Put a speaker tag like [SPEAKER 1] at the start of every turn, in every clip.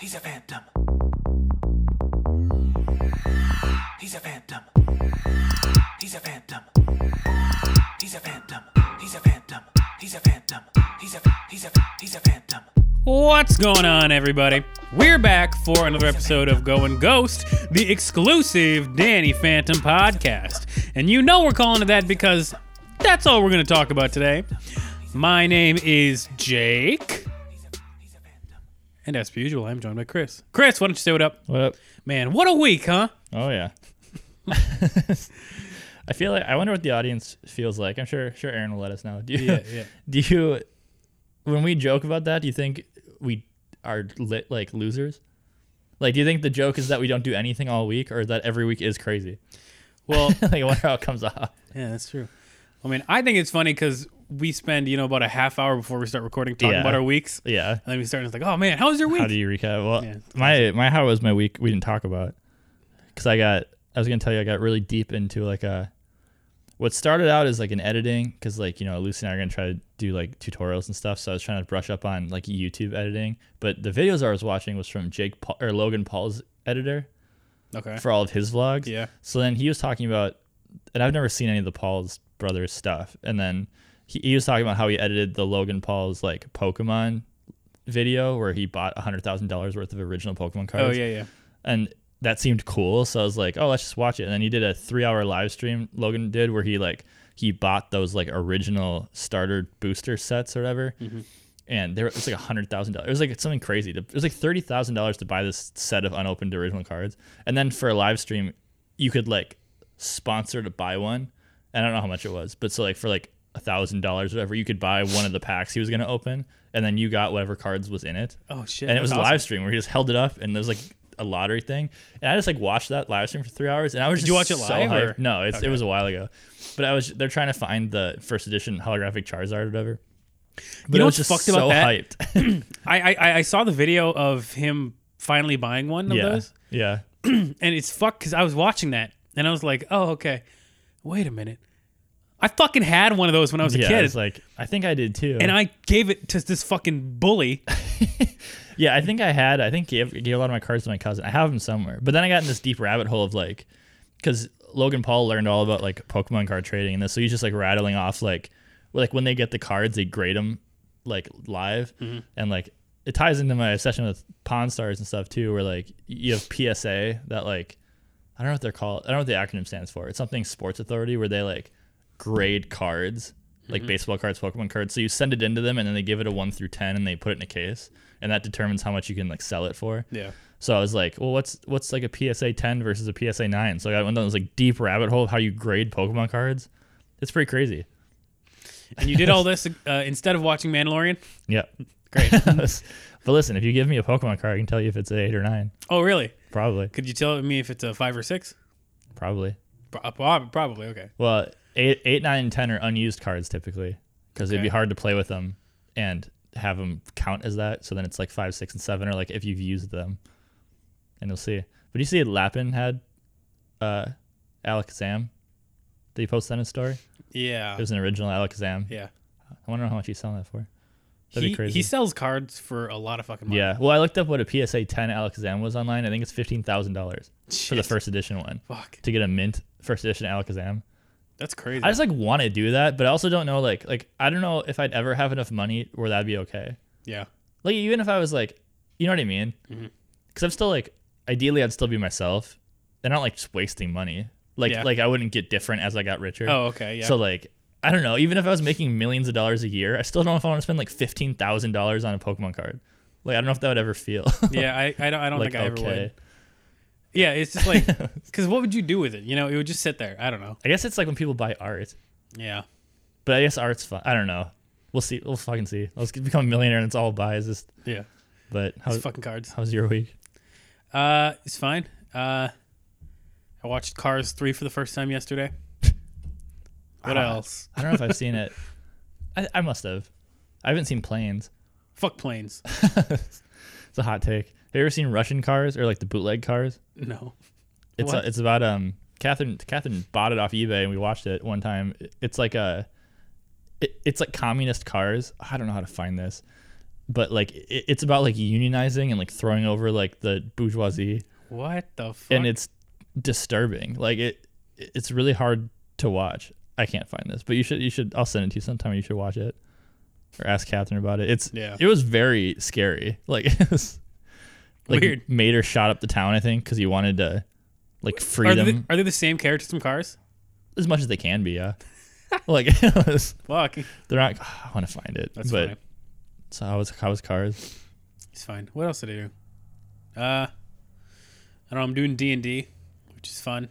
[SPEAKER 1] He's a phantom. He's a phantom. He's a phantom. He's a phantom. He's a phantom. He's a phantom. He's a he's a he's a phantom.
[SPEAKER 2] What's going on, everybody? We're back for another episode of Going Ghost, the exclusive Danny Phantom podcast. And you know we're calling it that because that's all we're going to talk about today. My name is Jake. And as per usual, I'm joined by Chris. Chris, why don't you say what up?
[SPEAKER 3] What up?
[SPEAKER 2] Man, what a week, huh?
[SPEAKER 3] Oh yeah. I feel like I wonder what the audience feels like. I'm sure sure Aaron will let us know. Do you,
[SPEAKER 2] Yeah, yeah.
[SPEAKER 3] Do you when we joke about that, do you think we are lit like losers? Like do you think the joke is that we don't do anything all week or that every week is crazy?
[SPEAKER 2] Well,
[SPEAKER 3] like I wonder how it comes off.
[SPEAKER 2] yeah, that's true. I mean, I think it's funny because we spend, you know, about a half hour before we start recording talking
[SPEAKER 3] Yeah.
[SPEAKER 2] about our weeks.
[SPEAKER 3] Yeah.
[SPEAKER 2] And then we start and it's like, oh man, how was your week?
[SPEAKER 3] How do you recap? Well,
[SPEAKER 2] Yeah.
[SPEAKER 3] my my how was my week we didn't talk about because I got I was gonna tell you I got really deep into like a what started out as like an editing because like you know Lucy and I are gonna try to do like tutorials and stuff so I was trying to brush up on like YouTube editing but the videos I was watching was from Jake Paul, or Logan Paul's editor
[SPEAKER 2] okay.
[SPEAKER 3] for all of his vlogs
[SPEAKER 2] Yeah.
[SPEAKER 3] so then he was talking about, and I've never seen any of the Paul's brothers stuff. And then he, he was talking about how he edited the Logan Paul's like Pokemon video where he bought hundred thousand dollars worth of original Pokemon cards.
[SPEAKER 2] Oh, yeah, yeah.
[SPEAKER 3] And that seemed cool, so I was like, oh, let's just watch it. And then he did a three-hour live stream. Logan did where he like he bought those like original starter booster sets or whatever. And there was like a hundred thousand dollars. It was like something crazy. It was like thirty thousand dollars to buy this set of unopened original cards. And then for a live stream, you could like sponsor to buy one. And I don't know how much it was, but so like for like a thousand dollars, whatever, you could buy one of the packs he was gonna open, and then you got whatever cards was in it
[SPEAKER 2] Oh, shit.
[SPEAKER 3] and it was
[SPEAKER 2] that's
[SPEAKER 3] a
[SPEAKER 2] awesome.
[SPEAKER 3] live stream where he just held it up and there was like a lottery thing and i just like watched that live stream for three hours and i was
[SPEAKER 2] Did
[SPEAKER 3] just
[SPEAKER 2] you watch it
[SPEAKER 3] so
[SPEAKER 2] live,
[SPEAKER 3] hyped.
[SPEAKER 2] or-
[SPEAKER 3] no it's, it was a while ago but i was they're trying to find the first edition holographic charizard or whatever but
[SPEAKER 2] know
[SPEAKER 3] it was
[SPEAKER 2] what's
[SPEAKER 3] just
[SPEAKER 2] fucked
[SPEAKER 3] so
[SPEAKER 2] about that?
[SPEAKER 3] hyped
[SPEAKER 2] I, I I saw the video of him finally buying one of
[SPEAKER 3] yeah
[SPEAKER 2] those,
[SPEAKER 3] yeah
[SPEAKER 2] and it's fucked because I was watching that and I was like, oh okay, wait a minute, I fucking had one of those when I was a
[SPEAKER 3] yeah
[SPEAKER 2] kid,
[SPEAKER 3] it's like i think i did too
[SPEAKER 2] and I gave it to this fucking bully.
[SPEAKER 3] Yeah, I think I had. I think gave, gave a lot of my cards to my cousin. I have them somewhere. But then I got in this deep rabbit hole of like, because Logan Paul learned all about like Pokemon card trading and this, so he's just like rattling off like, well, like when they get the cards, they grade them like live, and like it ties into my session with Pawn Stars and stuff too, where like you have PSA that like I don't know what they're called. I don't know what the acronym stands for. It's something Sports Authority where they like grade cards, like baseball cards, Pokemon cards. So you send it into them and then they give it a one through ten and they put it in a case and that determines how much you can like sell it for.
[SPEAKER 2] Yeah,
[SPEAKER 3] So I was like, well, what's what's like a PSA ten versus a PSA nine? So I got one of those like deep rabbit hole of how you grade Pokemon cards. It's pretty crazy.
[SPEAKER 2] and you did all this uh, instead of watching Mandalorian.
[SPEAKER 3] Yeah.
[SPEAKER 2] Great.
[SPEAKER 3] but listen, if you give me a Pokemon card, I can tell you if it's an eight or nine.
[SPEAKER 2] oh really?
[SPEAKER 3] Probably.
[SPEAKER 2] Could you tell me if it's a five or six?
[SPEAKER 3] Probably.
[SPEAKER 2] Pro- uh, prob- Probably okay.
[SPEAKER 3] Well, eight, eight, nine, and ten are unused cards typically because it'd be
[SPEAKER 2] Okay.
[SPEAKER 3] hard to play with them and have them count as that. So then it's like five, six, and seven, or like if you've used them, and you'll see. But you see, Lapin had uh, Alakazam. Did he post that in his story?
[SPEAKER 2] Yeah,
[SPEAKER 3] It was an original Alakazam.
[SPEAKER 2] yeah.
[SPEAKER 3] I wonder how much he's selling that for. That'd
[SPEAKER 2] he,
[SPEAKER 3] be crazy.
[SPEAKER 2] he sells cards for a lot of fucking money.
[SPEAKER 3] yeah. Well, I looked up what a PSA 10 Alakazam was online. I think it's fifteen thousand dollars for the
[SPEAKER 2] Shit.
[SPEAKER 3] first edition one
[SPEAKER 2] Fuck,
[SPEAKER 3] to get a mint first edition Alakazam.
[SPEAKER 2] that's crazy.
[SPEAKER 3] I just like want to do that, but I also don't know like like I don't know if I'd ever have enough money where that'd be okay.
[SPEAKER 2] yeah,
[SPEAKER 3] Like even if I was like, you know what I mean? Because
[SPEAKER 2] Mm-hmm.
[SPEAKER 3] I'm still like, ideally I'd still be myself, and I don't like just wasting money. Like
[SPEAKER 2] Yeah.
[SPEAKER 3] like I wouldn't get different as I got richer.
[SPEAKER 2] Oh, okay, yeah.
[SPEAKER 3] So like I don't know. Even if I was making millions of dollars a year, I still don't know if I want to spend like fifteen thousand dollars on a Pokemon card. Like I don't know if that would ever feel.
[SPEAKER 2] yeah. I I don't, I don't
[SPEAKER 3] like
[SPEAKER 2] think I ever
[SPEAKER 3] okay.
[SPEAKER 2] would. Yeah, it's just like, because what would you do with it? You know, it would just sit there. I don't know.
[SPEAKER 3] I guess it's like when people buy art,
[SPEAKER 2] Yeah.
[SPEAKER 3] but I guess art's fun. I don't know. We'll see. We'll fucking see. I'll just become a millionaire and it's all buys. Just
[SPEAKER 2] Yeah.
[SPEAKER 3] but how,
[SPEAKER 2] These fucking cards.
[SPEAKER 3] How's your week?
[SPEAKER 2] Uh, it's fine. Uh, I watched Cars 3 for the first time yesterday. What
[SPEAKER 3] Ah.
[SPEAKER 2] else?
[SPEAKER 3] I don't know if I've seen it. I, I must have. I haven't seen planes.
[SPEAKER 2] Fuck planes.
[SPEAKER 3] It's a hot take. Have you ever seen Russian cars or like the bootleg cars?
[SPEAKER 2] No.
[SPEAKER 3] It's
[SPEAKER 2] What?
[SPEAKER 3] it's about um Catherine Catherine bought it off eBay and we watched it one time. It's like a it, it's like communist cars. I don't know how to find this. but like it, it's about like unionizing and like throwing over like the bourgeoisie,
[SPEAKER 2] What the fuck?
[SPEAKER 3] and it's disturbing. Like it, it's really hard to watch. I can't find this, but you should you should. I'll send it to you sometime. You should watch it or ask Catherine about it. It's
[SPEAKER 2] Yeah.
[SPEAKER 3] It was very scary. Like it was like
[SPEAKER 2] Weird.
[SPEAKER 3] Mater shot up the town. I think because he wanted to like free
[SPEAKER 2] are they,
[SPEAKER 3] them
[SPEAKER 2] the, are they the same characters from Cars?
[SPEAKER 3] as much as they can be. Yeah. like it was,
[SPEAKER 2] Fuck.
[SPEAKER 3] they're not. I want to find it.
[SPEAKER 2] That's
[SPEAKER 3] but
[SPEAKER 2] funny.
[SPEAKER 3] so how was how was cars?
[SPEAKER 2] It's fine. What else did I do? Uh, I don't know. I'm doing D and D, which is fun.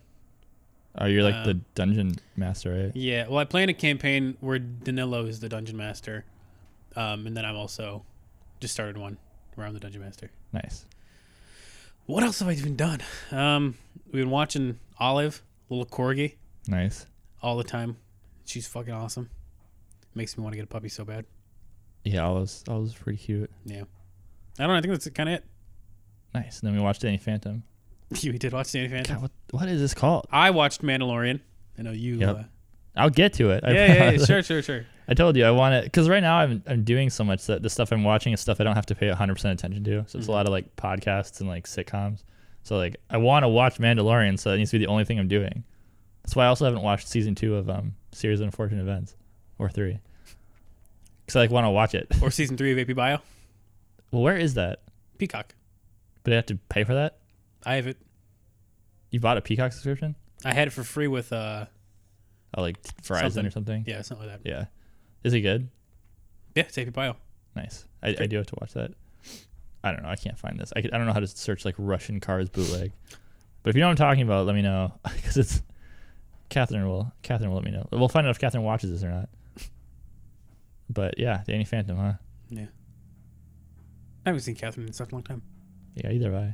[SPEAKER 3] Oh, you're like the
[SPEAKER 2] Um,
[SPEAKER 3] dungeon master, right?
[SPEAKER 2] Yeah. Well, I play in a campaign where Danilo is the dungeon master, um, and then I'm also just started one where I'm the dungeon master.
[SPEAKER 3] Nice.
[SPEAKER 2] What else have I even done? Um, we've been watching Olive, little corgi,
[SPEAKER 3] Nice.
[SPEAKER 2] all the time. She's fucking awesome. Makes me want to get a puppy so bad.
[SPEAKER 3] Yeah, all those all those pretty cute.
[SPEAKER 2] Yeah. I don't. know. I think that's kind of it.
[SPEAKER 3] Nice. And then we watched Danny Phantom.
[SPEAKER 2] You did watch Danny Phantom.
[SPEAKER 3] God, what what is this called?
[SPEAKER 2] I watched Mandalorian. I know you.
[SPEAKER 3] Yep.
[SPEAKER 2] Uh,
[SPEAKER 3] I'll get to it. I
[SPEAKER 2] yeah, yeah, yeah.
[SPEAKER 3] promise.
[SPEAKER 2] Sure, sure, sure.
[SPEAKER 3] I told you I want to because right now I'm I'm doing so much that the stuff I'm watching is stuff I don't have to pay 100 percent attention to. So
[SPEAKER 2] Mm-hmm.
[SPEAKER 3] it's a lot of like podcasts and like sitcoms. So like I want to watch Mandalorian, so that needs to be the only thing I'm doing. That's why I also haven't watched season two of um series of unfortunate events, or three, because I like want to watch it.
[SPEAKER 2] Or season three of AP Bio.
[SPEAKER 3] well, where is that?
[SPEAKER 2] Peacock.
[SPEAKER 3] But I have to pay for that.
[SPEAKER 2] I have it.
[SPEAKER 3] You bought a Peacock subscription?
[SPEAKER 2] I had it for free with uh
[SPEAKER 3] Oh, like Verizon
[SPEAKER 2] Something.
[SPEAKER 3] or something?
[SPEAKER 2] yeah, something like that.
[SPEAKER 3] Yeah. Is it good?
[SPEAKER 2] Yeah, it's AP Bio.
[SPEAKER 3] Nice. I, I do have to watch that. I don't know. I can't find this. I, could, I don't know how to search like Russian cars bootleg. But if you know what I'm talking about, let me know because it's Catherine will Catherine will let me know. We'll find out if Catherine watches this or not. But yeah, Danny Phantom, huh?
[SPEAKER 2] Yeah. I haven't seen Catherine in such a long time.
[SPEAKER 3] Yeah, either way.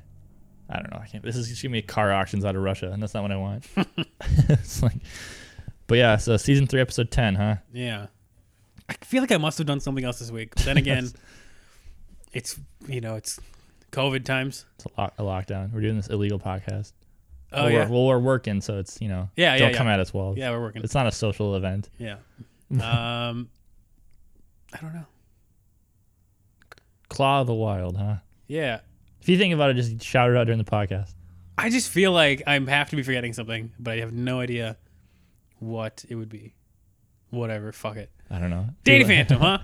[SPEAKER 3] I don't know. I can't. This is just gonna be car auctions out of Russia, and that's not what I want. it's like, but yeah. So season three, episode ten, huh?
[SPEAKER 2] Yeah. I feel like I must have done something else this week. Then again, it's you know, it's COVID times.
[SPEAKER 3] It's a, lock, a lockdown. We're doing this illegal podcast.
[SPEAKER 2] Oh
[SPEAKER 3] well,
[SPEAKER 2] yeah.
[SPEAKER 3] We're, well, we're working, so it's you know.
[SPEAKER 2] Yeah, yeah,
[SPEAKER 3] Don't
[SPEAKER 2] yeah.
[SPEAKER 3] come at us, Walls.
[SPEAKER 2] yeah, we're working.
[SPEAKER 3] It's not a social event.
[SPEAKER 2] Yeah. Um I don't know.
[SPEAKER 3] Claw of the Wild, huh?
[SPEAKER 2] Yeah.
[SPEAKER 3] If you think about it, just shout it out during the podcast.
[SPEAKER 2] I just feel like I have to be forgetting something, but I have no idea what it would be. Whatever, fuck it.
[SPEAKER 3] I don't know.
[SPEAKER 2] Danny
[SPEAKER 3] Feel like-
[SPEAKER 2] Phantom, huh?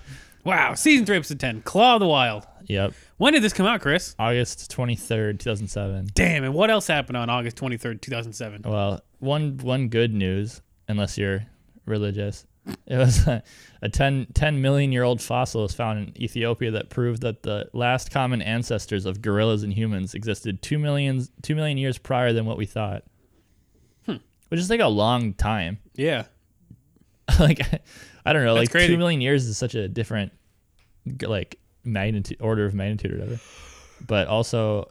[SPEAKER 2] Wow, season three, episode ten, Claw of the Wild.
[SPEAKER 3] Yep.
[SPEAKER 2] When did this come out, Chris?
[SPEAKER 3] August 23rd, 2007.
[SPEAKER 2] Damn, and what else happened on August twenty third, two thousand seven?
[SPEAKER 3] Well, one one good news, unless you're religious, it was a, a 10, 10 million year old fossil was found in Ethiopia that proved that the last common ancestors of gorillas and humans existed 2 million, 2 million years prior than what we thought. Which is like a long time.
[SPEAKER 2] Yeah,
[SPEAKER 3] like I don't know,
[SPEAKER 2] That's
[SPEAKER 3] like
[SPEAKER 2] crazy.
[SPEAKER 3] two million years is such a different g- like magnitude order of magnitude or whatever. But also,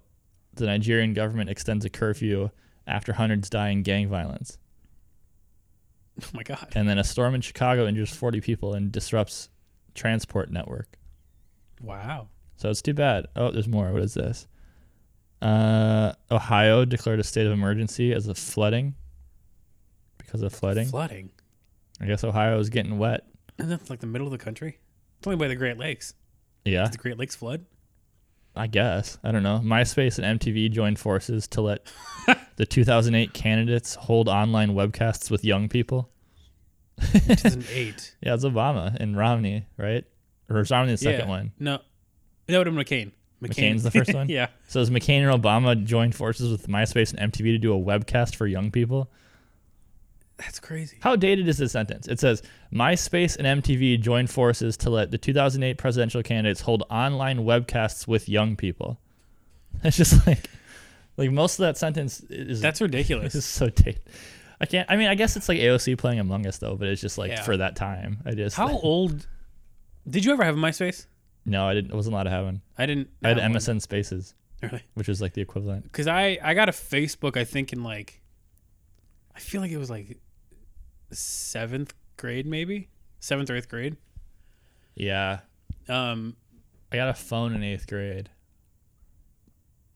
[SPEAKER 3] the Nigerian government extends a curfew after hundreds die in gang violence,
[SPEAKER 2] oh my god,
[SPEAKER 3] and then a storm in Chicago injures forty people and disrupts transport network.
[SPEAKER 2] wow.
[SPEAKER 3] So it's too bad. Oh, there's more. What is this? Uh, Ohio declared a state of emergency as of flooding because of flooding.
[SPEAKER 2] Flooding,
[SPEAKER 3] I guess Ohio is getting wet.
[SPEAKER 2] and that's like the middle of the country. It's only by the Great Lakes.
[SPEAKER 3] Yeah.
[SPEAKER 2] Did the Great Lakes flood?
[SPEAKER 3] I guess. I don't know. MySpace and MTV joined forces to let the 2008 candidates hold online webcasts with young people.
[SPEAKER 2] Two thousand eight.
[SPEAKER 3] Yeah, it's Obama and Romney, right? Or is Romney the second
[SPEAKER 2] yeah.
[SPEAKER 3] one?
[SPEAKER 2] No, no, it was McCain. McCain.
[SPEAKER 3] McCain's the first one?
[SPEAKER 2] yeah,
[SPEAKER 3] So is McCain and Obama joined forces with MySpace and MTV to do a webcast for young people?
[SPEAKER 2] that's crazy.
[SPEAKER 3] How dated is this sentence? It says MySpace and MTV joined forces to let the 2008 presidential candidates hold online webcasts with young people. It's just like, like most of that sentence is
[SPEAKER 2] That's
[SPEAKER 3] This is
[SPEAKER 2] ridiculous.
[SPEAKER 3] so dated. I can't. I mean, I guess it's like AOC playing Among Us though, but it's just like
[SPEAKER 2] Yeah.
[SPEAKER 3] for that time. I just
[SPEAKER 2] How old? Did you ever have a MySpace?
[SPEAKER 3] no, I didn't. I wasn't allowed to have one.
[SPEAKER 2] I didn't.
[SPEAKER 3] I had
[SPEAKER 2] have one.
[SPEAKER 3] MSN Spaces,
[SPEAKER 2] Really?
[SPEAKER 3] which was like the equivalent.
[SPEAKER 2] because I I got a Facebook I think in like I feel like it was like seventh grade maybe seventh or eighth grade.
[SPEAKER 3] Yeah,
[SPEAKER 2] Um,
[SPEAKER 3] I got a phone in eighth grade,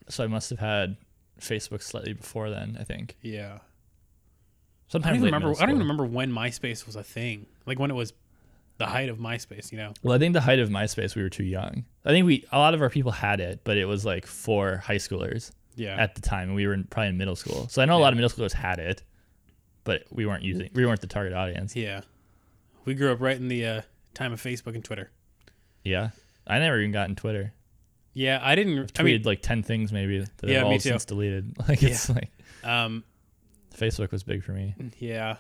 [SPEAKER 3] so I must have had Facebook slightly before then. I think.
[SPEAKER 2] yeah, I
[SPEAKER 3] Sometimes
[SPEAKER 2] don't even remember. I don't even remember when MySpace was a thing. Like when it was the height of MySpace. You know?
[SPEAKER 3] Well, I think the height of MySpace, we were too young. I think we a lot of our people had it, but it was like for high schoolers
[SPEAKER 2] Yeah.
[SPEAKER 3] at the time, and we were in, probably in middle school. So I know a lot of middle schoolers had it, but we weren't using we weren't the target audience.
[SPEAKER 2] yeah. We grew up right in the uh, time of Facebook and Twitter.
[SPEAKER 3] Yeah, I never even got in Twitter.
[SPEAKER 2] Yeah, I didn't.
[SPEAKER 3] Tweeted
[SPEAKER 2] I mean,
[SPEAKER 3] like ten things maybe that
[SPEAKER 2] Yeah,
[SPEAKER 3] have
[SPEAKER 2] me
[SPEAKER 3] all
[SPEAKER 2] too.
[SPEAKER 3] since deleted. Like it's like
[SPEAKER 2] um,
[SPEAKER 3] Facebook was big for me.
[SPEAKER 2] yeah,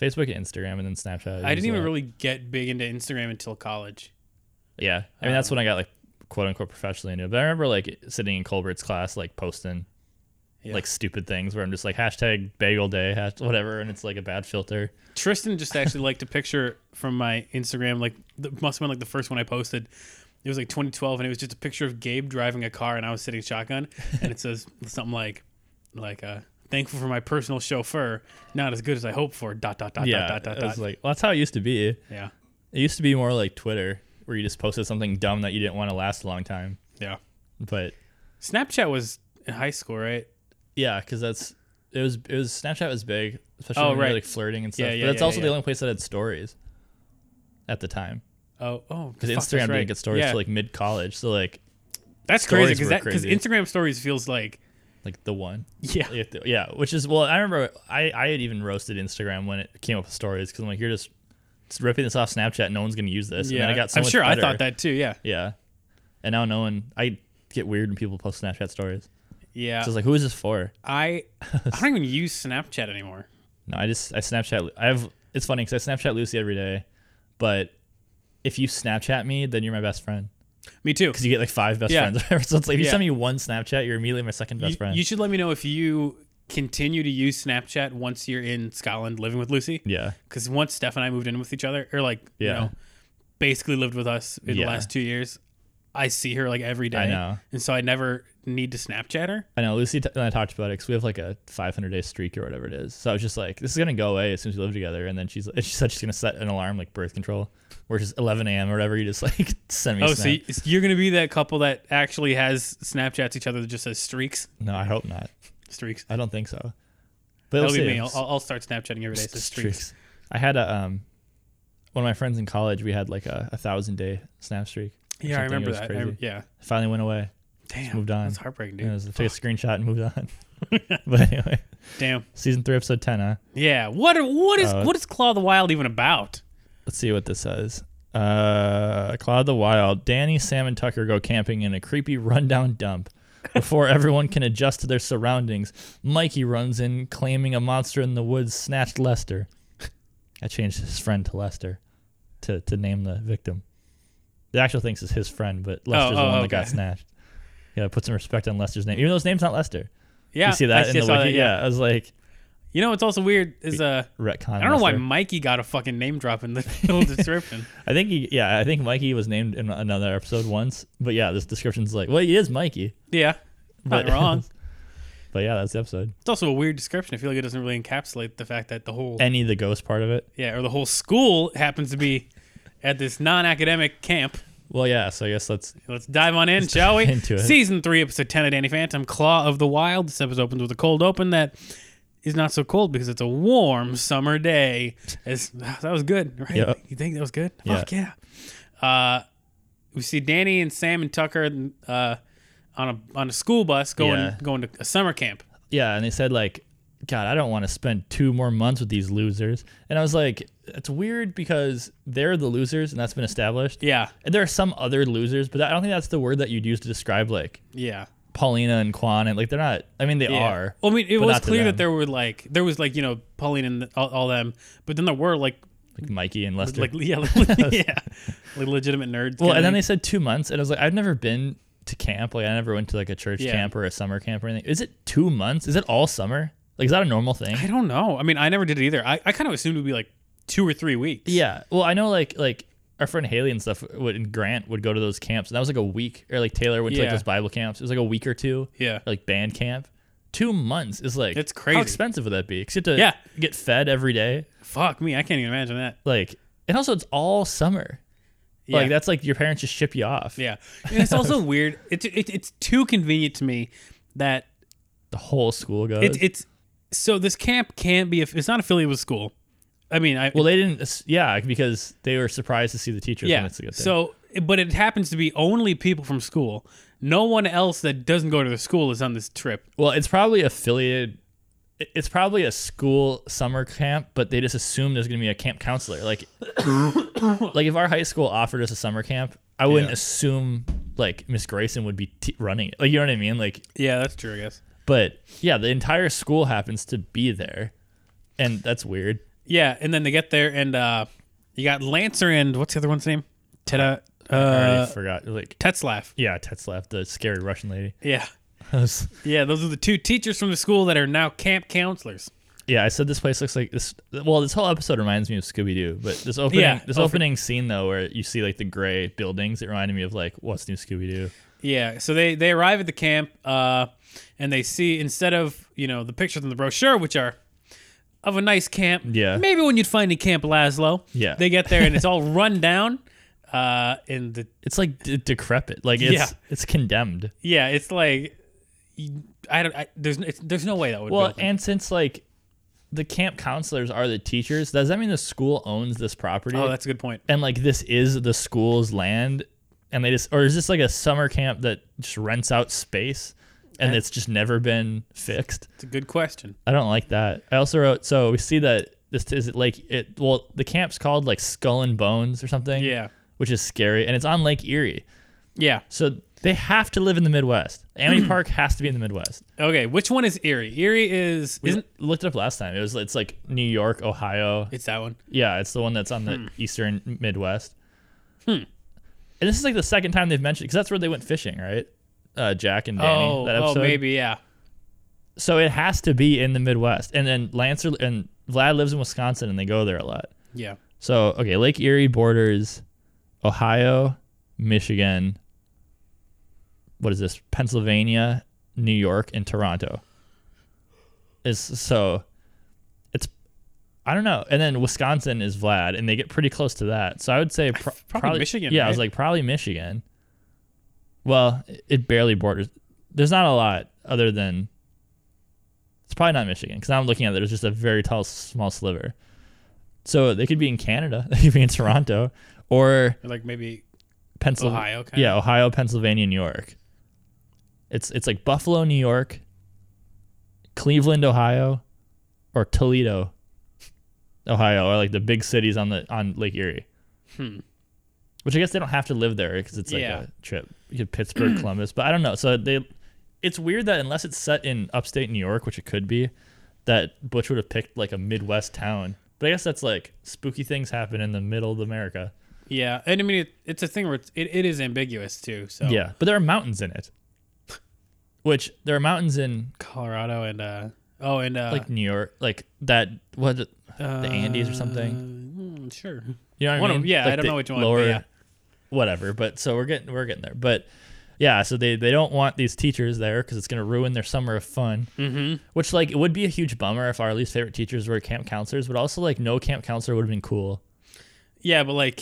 [SPEAKER 3] Facebook, and Instagram, and then Snapchat.
[SPEAKER 2] Mm. I
[SPEAKER 3] was,
[SPEAKER 2] didn't even
[SPEAKER 3] uh,
[SPEAKER 2] really get big into Instagram until college.
[SPEAKER 3] Yeah, I mean that's
[SPEAKER 2] Um,
[SPEAKER 3] when I got like quote unquote professionally into it. But I remember like sitting in Colbert's class, like posting
[SPEAKER 2] Yeah.
[SPEAKER 3] like stupid things where I'm just like hashtag Bagel Day, hash- whatever, and it's like a bad filter.
[SPEAKER 2] Tristan just actually liked a picture from my Instagram. Like, the, must have been like the first one I posted. It was like 2012, and it was just a picture of Gabe driving a car, and I was sitting shotgun, and it says something like, like, uh, thankful for my personal chauffeur, not as good as I hoped for. Dot dot dot
[SPEAKER 3] yeah,
[SPEAKER 2] dot dot
[SPEAKER 3] it
[SPEAKER 2] dot
[SPEAKER 3] was
[SPEAKER 2] dot.
[SPEAKER 3] like well, that's how it used to be. It
[SPEAKER 2] yeah,
[SPEAKER 3] used to be more like Twitter, where you just posted something dumb that you didn't want to last a long time.
[SPEAKER 2] yeah.
[SPEAKER 3] But
[SPEAKER 2] Snapchat was in high school, right?
[SPEAKER 3] yeah, because that's it was it was Snapchat was big, especially
[SPEAKER 2] Oh,
[SPEAKER 3] when you
[SPEAKER 2] right.
[SPEAKER 3] were, like flirting and stuff.
[SPEAKER 2] Yeah, yeah,
[SPEAKER 3] but that's
[SPEAKER 2] yeah,
[SPEAKER 3] also
[SPEAKER 2] yeah.
[SPEAKER 3] the only place that had stories at the time
[SPEAKER 2] Oh, oh,
[SPEAKER 3] because
[SPEAKER 2] fuck, that's
[SPEAKER 3] Instagram
[SPEAKER 2] right.
[SPEAKER 3] didn't get stories
[SPEAKER 2] yeah.
[SPEAKER 3] till like mid college. So like
[SPEAKER 2] that's crazy
[SPEAKER 3] stories
[SPEAKER 2] because
[SPEAKER 3] were
[SPEAKER 2] that because
[SPEAKER 3] crazy.
[SPEAKER 2] Instagram stories feels like
[SPEAKER 3] like the one.
[SPEAKER 2] yeah,
[SPEAKER 3] You have to- yeah, which is well, I remember I I had even roasted Instagram when it came up with stories because I'm like, you're just it's ripping this off Snapchat. No one's gonna use this. And
[SPEAKER 2] yeah.
[SPEAKER 3] then I got so
[SPEAKER 2] I'm
[SPEAKER 3] much
[SPEAKER 2] sure
[SPEAKER 3] better.
[SPEAKER 2] I thought that too. Yeah,
[SPEAKER 3] Yeah, and now no one. I get weird when people post Snapchat stories.
[SPEAKER 2] yeah.
[SPEAKER 3] So it's like, who is this for?
[SPEAKER 2] I I don't even use Snapchat anymore.
[SPEAKER 3] No, I just I Snapchat. I have. It's funny because I Snapchat Lucy every day, but if you Snapchat me, then you're my best friend
[SPEAKER 2] Me too.
[SPEAKER 3] because you get like five best
[SPEAKER 2] Yeah.
[SPEAKER 3] friends. Or whatever. So it's like if you
[SPEAKER 2] Yeah.
[SPEAKER 3] send me one Snapchat, you're immediately my second best
[SPEAKER 2] you,
[SPEAKER 3] friend.
[SPEAKER 2] you should let me know if you continue to use Snapchat once you're in Scotland living with Lucy.
[SPEAKER 3] yeah,
[SPEAKER 2] Because once Steph and I moved in with each other, or like, you
[SPEAKER 3] Yeah.
[SPEAKER 2] know, basically lived with us in the
[SPEAKER 3] Yeah.
[SPEAKER 2] last two years, I see her like every day.
[SPEAKER 3] know.
[SPEAKER 2] And so I never need to Snapchat her.
[SPEAKER 3] I know Lucy t- and I talked about it because we have like a 500 day streak or whatever it is. So I was just like, this is gonna go away as soon as we live together. And then she's she said she's gonna set an alarm like birth control, where it's just 11 a.m. or whatever. You just like send me.
[SPEAKER 2] Oh,
[SPEAKER 3] a
[SPEAKER 2] so
[SPEAKER 3] snap.
[SPEAKER 2] y- you're going to be that couple that actually has Snapchats each other that just says streaks.
[SPEAKER 3] no, I hope not.
[SPEAKER 2] Streaks.
[SPEAKER 3] I don't think so. But
[SPEAKER 2] That'll
[SPEAKER 3] we'll
[SPEAKER 2] be
[SPEAKER 3] see.
[SPEAKER 2] me. I'll, I'll I'll start Snapchatting every day. It says streaks.
[SPEAKER 3] Streaks. I had a um, one of my friends in college. We had like a, a thousand day snap streak. or
[SPEAKER 2] Yeah, I
[SPEAKER 3] something. It
[SPEAKER 2] remember
[SPEAKER 3] was
[SPEAKER 2] that. I-
[SPEAKER 3] Crazy.
[SPEAKER 2] yeah.
[SPEAKER 3] Finally went away.
[SPEAKER 2] Damn.
[SPEAKER 3] moved on.
[SPEAKER 2] That's heartbreaking, dude.
[SPEAKER 3] It was, took a screenshot and moved on. but anyway,
[SPEAKER 2] Damn.
[SPEAKER 3] season three, episode 10. Huh?
[SPEAKER 2] Yeah. What are- what is
[SPEAKER 3] Uh,
[SPEAKER 2] what is Claw of the Wild even about?
[SPEAKER 3] Let's see what this says. Uh, Claude the Wild. Danny, Sam, and Tucker go camping in a creepy rundown dump. Before everyone can adjust to their surroundings, Mikey runs in, claiming a monster in the woods snatched Lester. I changed his friend to Lester to, to name the victim. The actual thing is his friend, but Lester's
[SPEAKER 2] oh,
[SPEAKER 3] the one
[SPEAKER 2] okay.
[SPEAKER 3] that got snatched. Yeah, put some respect on Lester's name, even though his name's not Lester.
[SPEAKER 2] Yeah.
[SPEAKER 3] you see that
[SPEAKER 2] I
[SPEAKER 3] in the
[SPEAKER 2] saw
[SPEAKER 3] wiki?
[SPEAKER 2] that,
[SPEAKER 3] yeah. I was like
[SPEAKER 2] You know what's also weird is uh
[SPEAKER 3] retcon.
[SPEAKER 2] I don't know why
[SPEAKER 3] Lester.
[SPEAKER 2] Mikey got a fucking name drop in the little description.
[SPEAKER 3] I think he, yeah, I think Mikey was named in another episode once. But yeah, this description's like, well, he is Mikey.
[SPEAKER 2] Yeah. Not
[SPEAKER 3] But-
[SPEAKER 2] wrong.
[SPEAKER 3] But yeah, that's the episode.
[SPEAKER 2] It's also a weird description. I feel like it doesn't really encapsulate the fact that the whole
[SPEAKER 3] Any of the ghost part of it.
[SPEAKER 2] yeah, or the whole school happens to be at this non-academic camp.
[SPEAKER 3] Well, yeah. So I guess that's
[SPEAKER 2] Let's dive on in, shall we?
[SPEAKER 3] dive into it.
[SPEAKER 2] Season three, episode ten of Danny Phantom, Claw of the Wild. This episode opens with a cold open that is not so cold because it's a warm summer day. It's, that was good, right?
[SPEAKER 3] Yep.
[SPEAKER 2] You think that was good?
[SPEAKER 3] Yeah.
[SPEAKER 2] Fuck yeah. Uh, we see Danny and Sam and Tucker uh, on a on a school bus going
[SPEAKER 3] Yeah.
[SPEAKER 2] going to a summer camp.
[SPEAKER 3] yeah. And they said like, God, I don't want to spend two more months with these losers. And I was like, it's weird because they're the losers, and that's been established.
[SPEAKER 2] Yeah,
[SPEAKER 3] And there are some other losers, but I don't think that's the word that you'd use to describe like
[SPEAKER 2] yeah.
[SPEAKER 3] Paulina and Quan. And like, they're not. I mean, they
[SPEAKER 2] Yeah.
[SPEAKER 3] are.
[SPEAKER 2] Well, I mean, it
[SPEAKER 3] but
[SPEAKER 2] was
[SPEAKER 3] not to
[SPEAKER 2] clear that
[SPEAKER 3] them.
[SPEAKER 2] there were like there was like you know Pauline and all, all them, but then there were like
[SPEAKER 3] like Mikey and Lester.
[SPEAKER 2] like yeah like, yeah like legitimate nerds.
[SPEAKER 3] Well,
[SPEAKER 2] kinda
[SPEAKER 3] and then
[SPEAKER 2] thing.
[SPEAKER 3] they said two months, and I was like, I've never been to camp. Like, I never went to like a church
[SPEAKER 2] Yeah.
[SPEAKER 3] camp or a summer camp or anything. Is it two months? Is it all summer? Like, is that a normal thing?
[SPEAKER 2] I don't know. I mean, I never did it either. I, I kind of assumed it would be like two or three weeks.
[SPEAKER 3] Yeah. Well, I know like like our friend Haley and stuff would and Grant would go to those camps, and that was like a week. Or like Taylor went to
[SPEAKER 2] Yeah.
[SPEAKER 3] like those Bible camps. It was like a week or two.
[SPEAKER 2] Yeah.
[SPEAKER 3] Like band camp. Two months is like
[SPEAKER 2] It's
[SPEAKER 3] How
[SPEAKER 2] crazy.
[SPEAKER 3] expensive would that be? Because you have to
[SPEAKER 2] Yeah.
[SPEAKER 3] get fed every day.
[SPEAKER 2] Fuck me. I can't even imagine that.
[SPEAKER 3] Like, and also it's all summer.
[SPEAKER 2] Yeah.
[SPEAKER 3] Like that's like your parents just ship you off.
[SPEAKER 2] yeah. And it's also weird. It's it, it's too convenient to me that
[SPEAKER 3] The whole school goes.
[SPEAKER 2] it, it's so this camp can't be. It's not affiliated with school. I mean, I
[SPEAKER 3] Well, they didn't. Yeah, because they were surprised to see the teachers.
[SPEAKER 2] yeah.
[SPEAKER 3] and it's a good thing.
[SPEAKER 2] So but it happens to be only people from school. No one else that doesn't go to the school is on this trip.
[SPEAKER 3] Well, it's probably affiliated. it- It's probably a school summer camp, but they just assume there's going to be a camp counselor. Like, like if our high school offered us a summer camp, I wouldn't
[SPEAKER 4] Yeah.
[SPEAKER 3] assume like Miss Grayson would be t- running it. Like, you know what I mean? Like,
[SPEAKER 2] Yeah, that's true, I guess.
[SPEAKER 3] but yeah, the entire school happens to be there, and that's weird.
[SPEAKER 2] Yeah, and then they get there and uh you got Lancer and what's the other one's name? Teda
[SPEAKER 3] I already
[SPEAKER 2] uh
[SPEAKER 3] forgot. Like,
[SPEAKER 2] Tetzlaff.
[SPEAKER 3] yeah, Tetzlaff, the scary Russian lady.
[SPEAKER 2] Yeah.
[SPEAKER 3] I was-
[SPEAKER 2] Yeah, those are the two teachers from the school that are now camp counselors.
[SPEAKER 3] yeah, I said this place looks like this. Well, this whole episode reminds me of Scooby Doo, but this opening,
[SPEAKER 2] Yeah,
[SPEAKER 3] this
[SPEAKER 2] oh, for-
[SPEAKER 3] opening scene though, where you see like the gray buildings, it reminded me of like what's new Scooby Doo.
[SPEAKER 2] Yeah, so they they arrive at the camp uh and they see instead of, you know, the pictures in the brochure which are of a nice camp.
[SPEAKER 3] Yeah.
[SPEAKER 2] Maybe when you'd find in Camp Laszlo.
[SPEAKER 3] Yeah.
[SPEAKER 2] They get there and it's all run down. Uh and the
[SPEAKER 3] It's like d- decrepit, like it's
[SPEAKER 2] Yeah.
[SPEAKER 3] it's condemned.
[SPEAKER 2] yeah, it's like you- I don't I, there's it's, there's no way that would
[SPEAKER 3] Well,
[SPEAKER 2] build them.
[SPEAKER 3] and since like the camp counselors are the teachers, does that mean the school owns this property?
[SPEAKER 2] Oh, that's a good point.
[SPEAKER 3] and like this is the school's land, and they just or is this like a summer camp that just rents out space? And it's just never been fixed.
[SPEAKER 2] It's a good question.
[SPEAKER 3] I don't like that. I also wrote so we see that this is it like it well the camp's called like Skull and Bones or something.
[SPEAKER 2] Yeah.
[SPEAKER 3] Which is scary and it's on Lake Erie.
[SPEAKER 2] Yeah.
[SPEAKER 3] So they have to live in the Midwest. Amity Park has to be in the Midwest.
[SPEAKER 2] Okay, which one is Erie? Erie is
[SPEAKER 3] We
[SPEAKER 2] isn't
[SPEAKER 3] looked it up last time. It was it's like New York, Ohio.
[SPEAKER 2] it's that one.
[SPEAKER 3] yeah, it's the one that's on the
[SPEAKER 2] Hmm.
[SPEAKER 3] eastern Midwest. Hmm. And this is like the second time they've mentioned because that's where they went fishing, right? Uh, Jack and Danny.
[SPEAKER 2] oh,
[SPEAKER 3] that
[SPEAKER 2] oh
[SPEAKER 3] episode.
[SPEAKER 2] maybe yeah.
[SPEAKER 3] So it has to be in the Midwest. And then Lancer and Vlad lives in Wisconsin, and they go there a lot.
[SPEAKER 2] Yeah.
[SPEAKER 3] So okay, Lake Erie borders Ohio, Michigan. What is this? Pennsylvania, New York, and Toronto. Is so, it's I don't know. And then Wisconsin is Vlad, and they get pretty close to that. So I would say pro-
[SPEAKER 2] probably Michigan,
[SPEAKER 3] Yeah, I was
[SPEAKER 2] right?
[SPEAKER 3] like probably Michigan. Well, it barely borders. There's not a lot other than it's probably not Michigan because I'm looking at it. It's just a very tall, small sliver. So they could be in Canada. They could be in Toronto or
[SPEAKER 2] Or, Like maybe
[SPEAKER 3] Pennsylvania.
[SPEAKER 2] Ohio, kinda.
[SPEAKER 3] Yeah, Ohio, Pennsylvania, New York. It's it's like Buffalo, New York, Cleveland, Ohio, or Toledo, Ohio, or like the big cities on the on Lake Erie. Which I guess they don't have to live there because it's like
[SPEAKER 2] Hmm. Yeah.
[SPEAKER 3] a trip. You could Pittsburgh, Columbus, but I don't know. So they, it's weird that unless it's set in upstate New York, which it could be, that Butch would have picked like a Midwest town. But I guess that's like spooky things happen in the middle of America.
[SPEAKER 2] yeah, and I mean it, it's a thing where it's, it, it is ambiguous too. So
[SPEAKER 3] Yeah, but there are mountains in it. Which there are mountains in
[SPEAKER 2] Colorado and uh oh and uh
[SPEAKER 3] like New York, like that what the
[SPEAKER 2] uh,
[SPEAKER 3] Andes or something.
[SPEAKER 2] mm, sure.
[SPEAKER 3] You know what
[SPEAKER 2] one
[SPEAKER 3] I
[SPEAKER 2] of-
[SPEAKER 3] mean?
[SPEAKER 2] yeah, I
[SPEAKER 3] Like
[SPEAKER 2] don't
[SPEAKER 3] the
[SPEAKER 2] know which one, but yeah.
[SPEAKER 3] whatever. But so we're getting we're getting there. But yeah, so they they don't want these teachers there because it's gonna ruin their summer of fun. Mm-hmm. Which like it would be a huge bummer if our least favorite teachers were camp counselors, but also like no camp counselor would have been cool.
[SPEAKER 2] Yeah, but like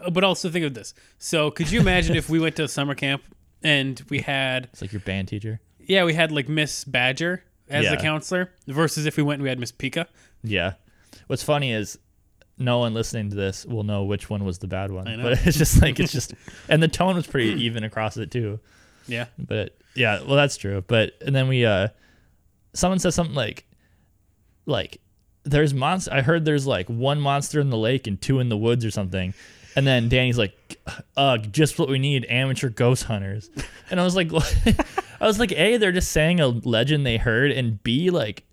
[SPEAKER 2] uh, but also think of this. So could you imagine if we went to a summer camp and we had
[SPEAKER 3] It's like your band teacher.
[SPEAKER 2] yeah, we had like Miss Badger as the
[SPEAKER 3] Yeah.
[SPEAKER 2] counselor versus if we went and we had Miss Pika.
[SPEAKER 3] Yeah. What's funny is no one listening to this will know which one was the bad one.
[SPEAKER 2] know.
[SPEAKER 3] But it's just like it's just and the tone was pretty even across it too.
[SPEAKER 2] Yeah.
[SPEAKER 3] But yeah, well that's true. But and then we uh someone says something like like there's monster I heard there's like one monster in the lake and two in the woods or something. And then Danny's like, ugh, just what we need, amateur ghost hunters. And I was like, I was like, A, they're just saying a legend they heard, and B, like,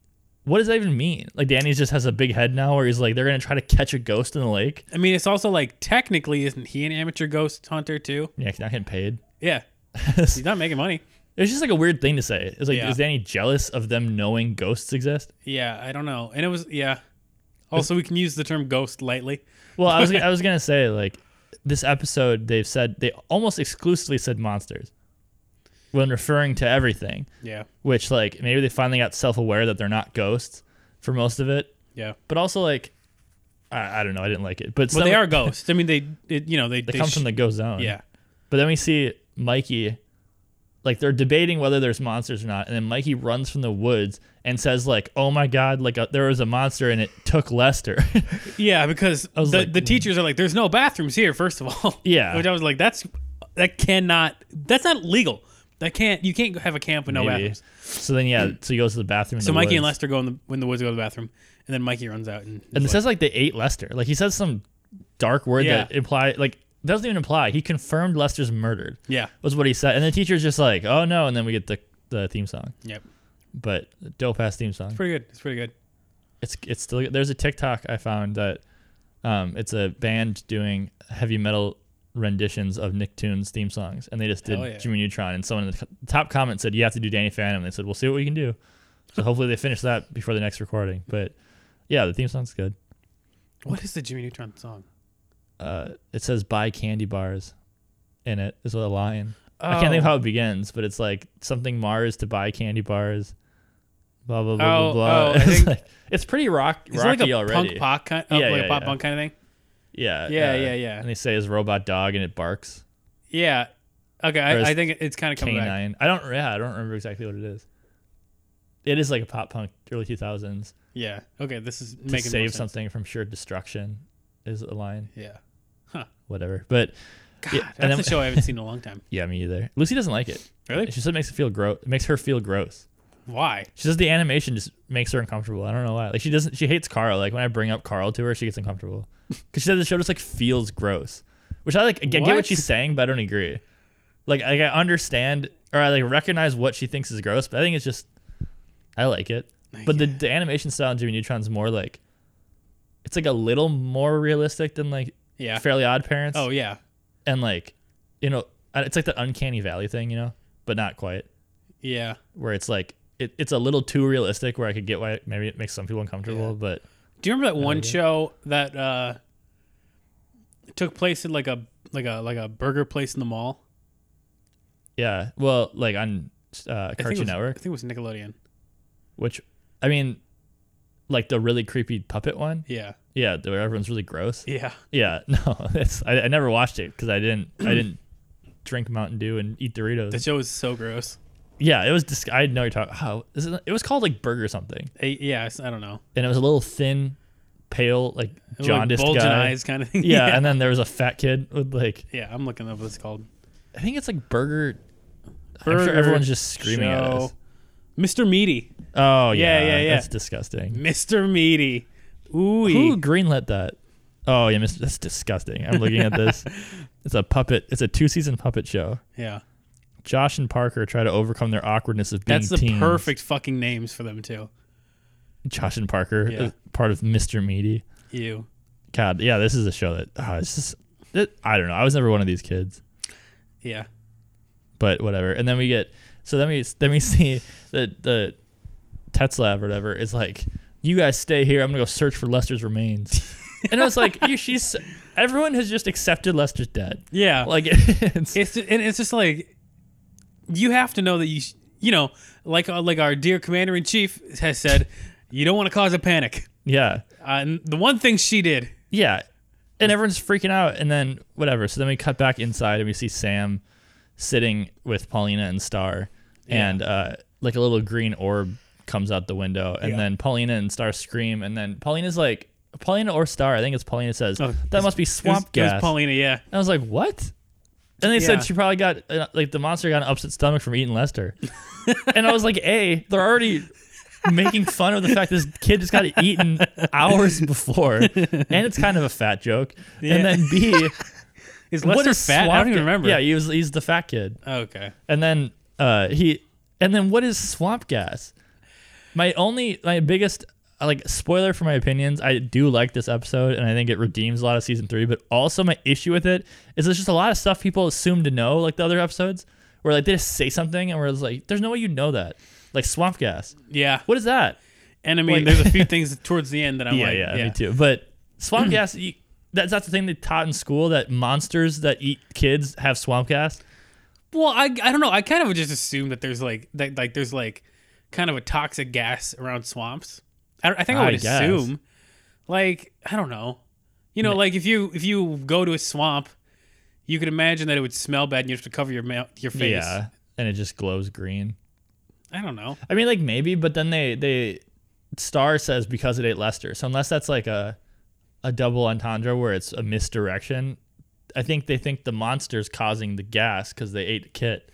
[SPEAKER 3] what does that even mean? Like, Danny just has a big head now where he's like, they're going to try to catch a ghost in the lake.
[SPEAKER 2] I mean, it's also like technically, isn't he an amateur ghost hunter too?
[SPEAKER 3] Yeah, he's not getting paid.
[SPEAKER 2] Yeah, he's not making money.
[SPEAKER 3] It's just like a weird thing to say. It's like,
[SPEAKER 2] Yeah.
[SPEAKER 3] is Danny jealous of them knowing ghosts exist?
[SPEAKER 2] Yeah, I don't know. And it was yeah. Also, we can use the term ghost lightly.
[SPEAKER 3] Well, I was I was gonna say like this episode they've said they almost exclusively said monsters when referring to everything,
[SPEAKER 2] Yeah,
[SPEAKER 3] which like maybe they finally got self aware that they're not ghosts for most of it,
[SPEAKER 2] yeah.
[SPEAKER 3] but also like I, I don't know I didn't like it, but
[SPEAKER 2] But
[SPEAKER 3] some-
[SPEAKER 2] they are ghosts. I mean, they, it, you know, they,
[SPEAKER 3] they come from the ghost zone,
[SPEAKER 2] yeah,
[SPEAKER 3] But then we see Mikey like they're debating whether there's monsters or not, and then Mikey runs from the woods and says like, "Oh my god, like uh there was a monster and it took Lester."
[SPEAKER 2] Yeah, because the,
[SPEAKER 3] was like, hmm.
[SPEAKER 2] the teachers are like, "There's no bathrooms here." First of all,
[SPEAKER 3] Yeah.
[SPEAKER 2] which I was like, "That's that cannot. That's not legal. That can't. You can't have a camp with no
[SPEAKER 3] Maybe.
[SPEAKER 2] bathrooms."
[SPEAKER 3] So then yeah, so he goes to the bathroom. in
[SPEAKER 2] So
[SPEAKER 3] the
[SPEAKER 2] Mikey and
[SPEAKER 3] woods.
[SPEAKER 2] Lester go in the when the woods go to the bathroom, and then Mikey runs out and,
[SPEAKER 3] And it
[SPEAKER 2] is
[SPEAKER 3] says like they ate Lester. Like he says some dark word
[SPEAKER 2] Yeah.
[SPEAKER 3] that imply like doesn't even imply. He confirmed Lester's murdered.
[SPEAKER 2] like- yeah,
[SPEAKER 3] Was what he said. And the teacher's just like, oh no, and then we get the the theme song.
[SPEAKER 2] yep,
[SPEAKER 3] But dope ass theme song.
[SPEAKER 2] pretty good. It's pretty good.
[SPEAKER 3] It's it's still there's a TikTok I found that um it's a band doing heavy metal renditions of Nicktoons theme songs and they just did
[SPEAKER 2] Hell yeah.
[SPEAKER 3] Jimmy Neutron and someone in the co- top comment said you have to do Danny Phantom and they said we'll see what we can do. So hopefully they finish that before the next recording. But yeah, the theme song's good.
[SPEAKER 2] What is the Jimmy Neutron song?
[SPEAKER 3] uh, it says buy candy bars in it is with a lion. I can't think
[SPEAKER 2] Oh.
[SPEAKER 3] of how it begins, but it's like something Mars to buy candy bars. Blah blah blah
[SPEAKER 2] Oh,
[SPEAKER 3] blah
[SPEAKER 2] oh,
[SPEAKER 3] blah.
[SPEAKER 2] I
[SPEAKER 3] it's,
[SPEAKER 2] think-
[SPEAKER 3] like, it's pretty rock
[SPEAKER 2] Is it like
[SPEAKER 3] rocky
[SPEAKER 2] a
[SPEAKER 3] already.
[SPEAKER 2] punk pop kind, uh,
[SPEAKER 3] Yeah,
[SPEAKER 2] like a
[SPEAKER 3] yeah,
[SPEAKER 2] pop
[SPEAKER 3] yeah.
[SPEAKER 2] punk kind of thing?
[SPEAKER 3] Yeah,
[SPEAKER 2] Yeah, yeah, yeah.
[SPEAKER 3] And they say his robot dog and it barks.
[SPEAKER 2] Yeah. Okay,
[SPEAKER 3] Or is
[SPEAKER 2] I, I think it- it's kind of coming back.
[SPEAKER 3] Canine. I don't. Yeah, I don't remember exactly what it is. It is like a pop punk early two thousands.
[SPEAKER 2] Yeah. Okay, this is
[SPEAKER 3] To
[SPEAKER 2] making more
[SPEAKER 3] save
[SPEAKER 2] sense.
[SPEAKER 3] something from sure destruction is a line.
[SPEAKER 2] Yeah.
[SPEAKER 3] Whatever. But
[SPEAKER 2] God,
[SPEAKER 3] Yeah,
[SPEAKER 2] that's
[SPEAKER 3] and then-
[SPEAKER 2] a show I haven't seen in a long time.
[SPEAKER 3] yeah, me either. Lucy doesn't like it.
[SPEAKER 2] Really?
[SPEAKER 3] She said it makes it feel gross. It makes her feel gross.
[SPEAKER 2] Why?
[SPEAKER 3] She says the animation just makes her uncomfortable. I don't know why. Like she doesn't. She hates Carl. Like when I bring up Carl to her, she gets uncomfortable because she said the show just like feels gross. Which I like. I get
[SPEAKER 2] What?
[SPEAKER 3] what she's saying, but I don't agree. Like I, I understand or I like recognize what she thinks is gross, but I think it's just I like it. But the, the animation style in Jimmy Neutron's more like it's like a little more realistic than like
[SPEAKER 2] Yeah.
[SPEAKER 3] Fairly Odd Parents.
[SPEAKER 2] Oh yeah.
[SPEAKER 3] and like you know, uh, it's like the uncanny valley thing, you know, but not quite
[SPEAKER 2] Yeah.
[SPEAKER 3] where it's like it, it's a little too realistic where I could get why maybe it makes some people uncomfortable, but
[SPEAKER 2] Do you
[SPEAKER 3] Oh,
[SPEAKER 2] remember that one show that uh took place in like a like a like a burger place in the mall?
[SPEAKER 3] yeah. Well, like on uh,
[SPEAKER 2] I think it
[SPEAKER 3] Cartoon
[SPEAKER 2] was-
[SPEAKER 3] Network,
[SPEAKER 2] I think it was Nickelodeon.
[SPEAKER 3] which I mean, like the really creepy puppet one,
[SPEAKER 2] Yeah.
[SPEAKER 3] yeah, the- where everyone's really gross.
[SPEAKER 2] Yeah.
[SPEAKER 3] Yeah, no, that's I, I never watched it because I didn't I didn't drink Mountain Dew and eat Doritos.
[SPEAKER 2] The show was so gross.
[SPEAKER 3] yeah, it was dis- I know you're talking. How is it, it was called like burger something,
[SPEAKER 2] I, yeah, it's- I don't know.
[SPEAKER 3] and it was a little thin, pale, like
[SPEAKER 2] It was,
[SPEAKER 3] jaundiced
[SPEAKER 2] like bulging
[SPEAKER 3] guy.
[SPEAKER 2] eyes kind of thing.
[SPEAKER 3] Yeah,
[SPEAKER 2] yeah.
[SPEAKER 3] and then there was a fat kid with like
[SPEAKER 2] Yeah, I'm looking up what it's called.
[SPEAKER 3] I think it's like burger I'm sure
[SPEAKER 2] Burger
[SPEAKER 3] everyone's just screaming at
[SPEAKER 2] show.
[SPEAKER 3] us.
[SPEAKER 2] Mr. Meaty.
[SPEAKER 3] Oh
[SPEAKER 2] Yeah,
[SPEAKER 3] yeah,
[SPEAKER 2] yeah, yeah.
[SPEAKER 3] That's disgusting.
[SPEAKER 2] Mr. Meaty. Ooh.
[SPEAKER 3] Who greenlit that? Oh yeah, Mr. that's disgusting. I'm looking at this. It's a puppet. It's a two season puppet show.
[SPEAKER 2] Yeah.
[SPEAKER 3] Josh and Parker try to overcome their awkwardness of being
[SPEAKER 2] That's the
[SPEAKER 3] teens.
[SPEAKER 2] perfect fucking names for them too.
[SPEAKER 3] Josh and Parker,
[SPEAKER 2] Yeah.
[SPEAKER 3] is part of Mr. Meaty.
[SPEAKER 2] You.
[SPEAKER 3] God, yeah, this is a show that oh, it's just it, I don't know. I was never one of these kids.
[SPEAKER 2] Yeah.
[SPEAKER 3] but whatever. And then we get so then we then we see that the Tetzlav or whatever is like, you guys stay here. I'm gonna go search for Lester's remains. and I was like, you, she's everyone has just accepted Lester's dead.
[SPEAKER 2] Yeah.
[SPEAKER 3] Like it's,
[SPEAKER 2] It's and it's just like you have to know that you sh- you know like uh, like our dear commander in chief has said you don't want to cause a panic.
[SPEAKER 3] yeah,
[SPEAKER 2] Uh, and the one thing she did,
[SPEAKER 3] yeah. And everyone's freaking out. And then whatever. So then we cut back inside and we see Sam sitting with Paulina and Star, and uh, like a little green orb comes out the window, and
[SPEAKER 2] Yeah.
[SPEAKER 3] then Paulina and Star scream, and then Paulina's like, Paulina or Star, I think it's Paulina says
[SPEAKER 2] Oh,
[SPEAKER 3] that must be
[SPEAKER 2] it was,
[SPEAKER 3] swamp
[SPEAKER 2] it was
[SPEAKER 3] gas.
[SPEAKER 2] Paulina, yeah,
[SPEAKER 3] And I was like, what? And
[SPEAKER 2] Yeah.
[SPEAKER 3] they said she probably got uh, like the monster got an upset stomach from eating Lester, and I was like, a, they're already making fun of the fact this kid just got eaten hours before, and it's kind of a fat joke.
[SPEAKER 2] Yeah.
[SPEAKER 3] And then b,
[SPEAKER 2] is
[SPEAKER 3] what
[SPEAKER 2] Lester
[SPEAKER 3] is
[SPEAKER 2] fat? I
[SPEAKER 3] swamp
[SPEAKER 2] don't even
[SPEAKER 3] ga-
[SPEAKER 2] remember.
[SPEAKER 3] Yeah, he was he's the fat kid.
[SPEAKER 2] Okay.
[SPEAKER 3] And then uh he and then what is swamp gas? My only my biggest uh, like spoiler for my opinions, I do like this episode and I think it redeems a lot of season 3, but also my issue with it is there's just a lot of stuff people assume to know like the other episodes where like they just say something and we're just like there's no way you know that. Like swamp gas.
[SPEAKER 2] Yeah.
[SPEAKER 3] What is that?
[SPEAKER 2] And I mean,
[SPEAKER 3] Like-
[SPEAKER 2] there's a few things towards the end that I'm like,
[SPEAKER 3] yeah, me too. But swamp gas you, that's not the thing they taught in school that monsters that eat kids have swamp gas.
[SPEAKER 2] Well, I, I don't know. I kind of just assume that there's like that like there's like kind of a toxic gas around swamps. I, don't- I think I
[SPEAKER 3] I
[SPEAKER 2] would
[SPEAKER 3] guess.
[SPEAKER 2] assume. Like I don't know. You know, like if you if you go to a swamp, you could imagine that it would smell bad and you have to cover your mouth, your face.
[SPEAKER 3] Yeah. and it just glows green.
[SPEAKER 2] I don't know.
[SPEAKER 3] I mean, like maybe, but then they they Star says because it ate Lester. So unless that's like a a double entendre where it's a misdirection, I think they think the monster's causing the gas because they ate Kit,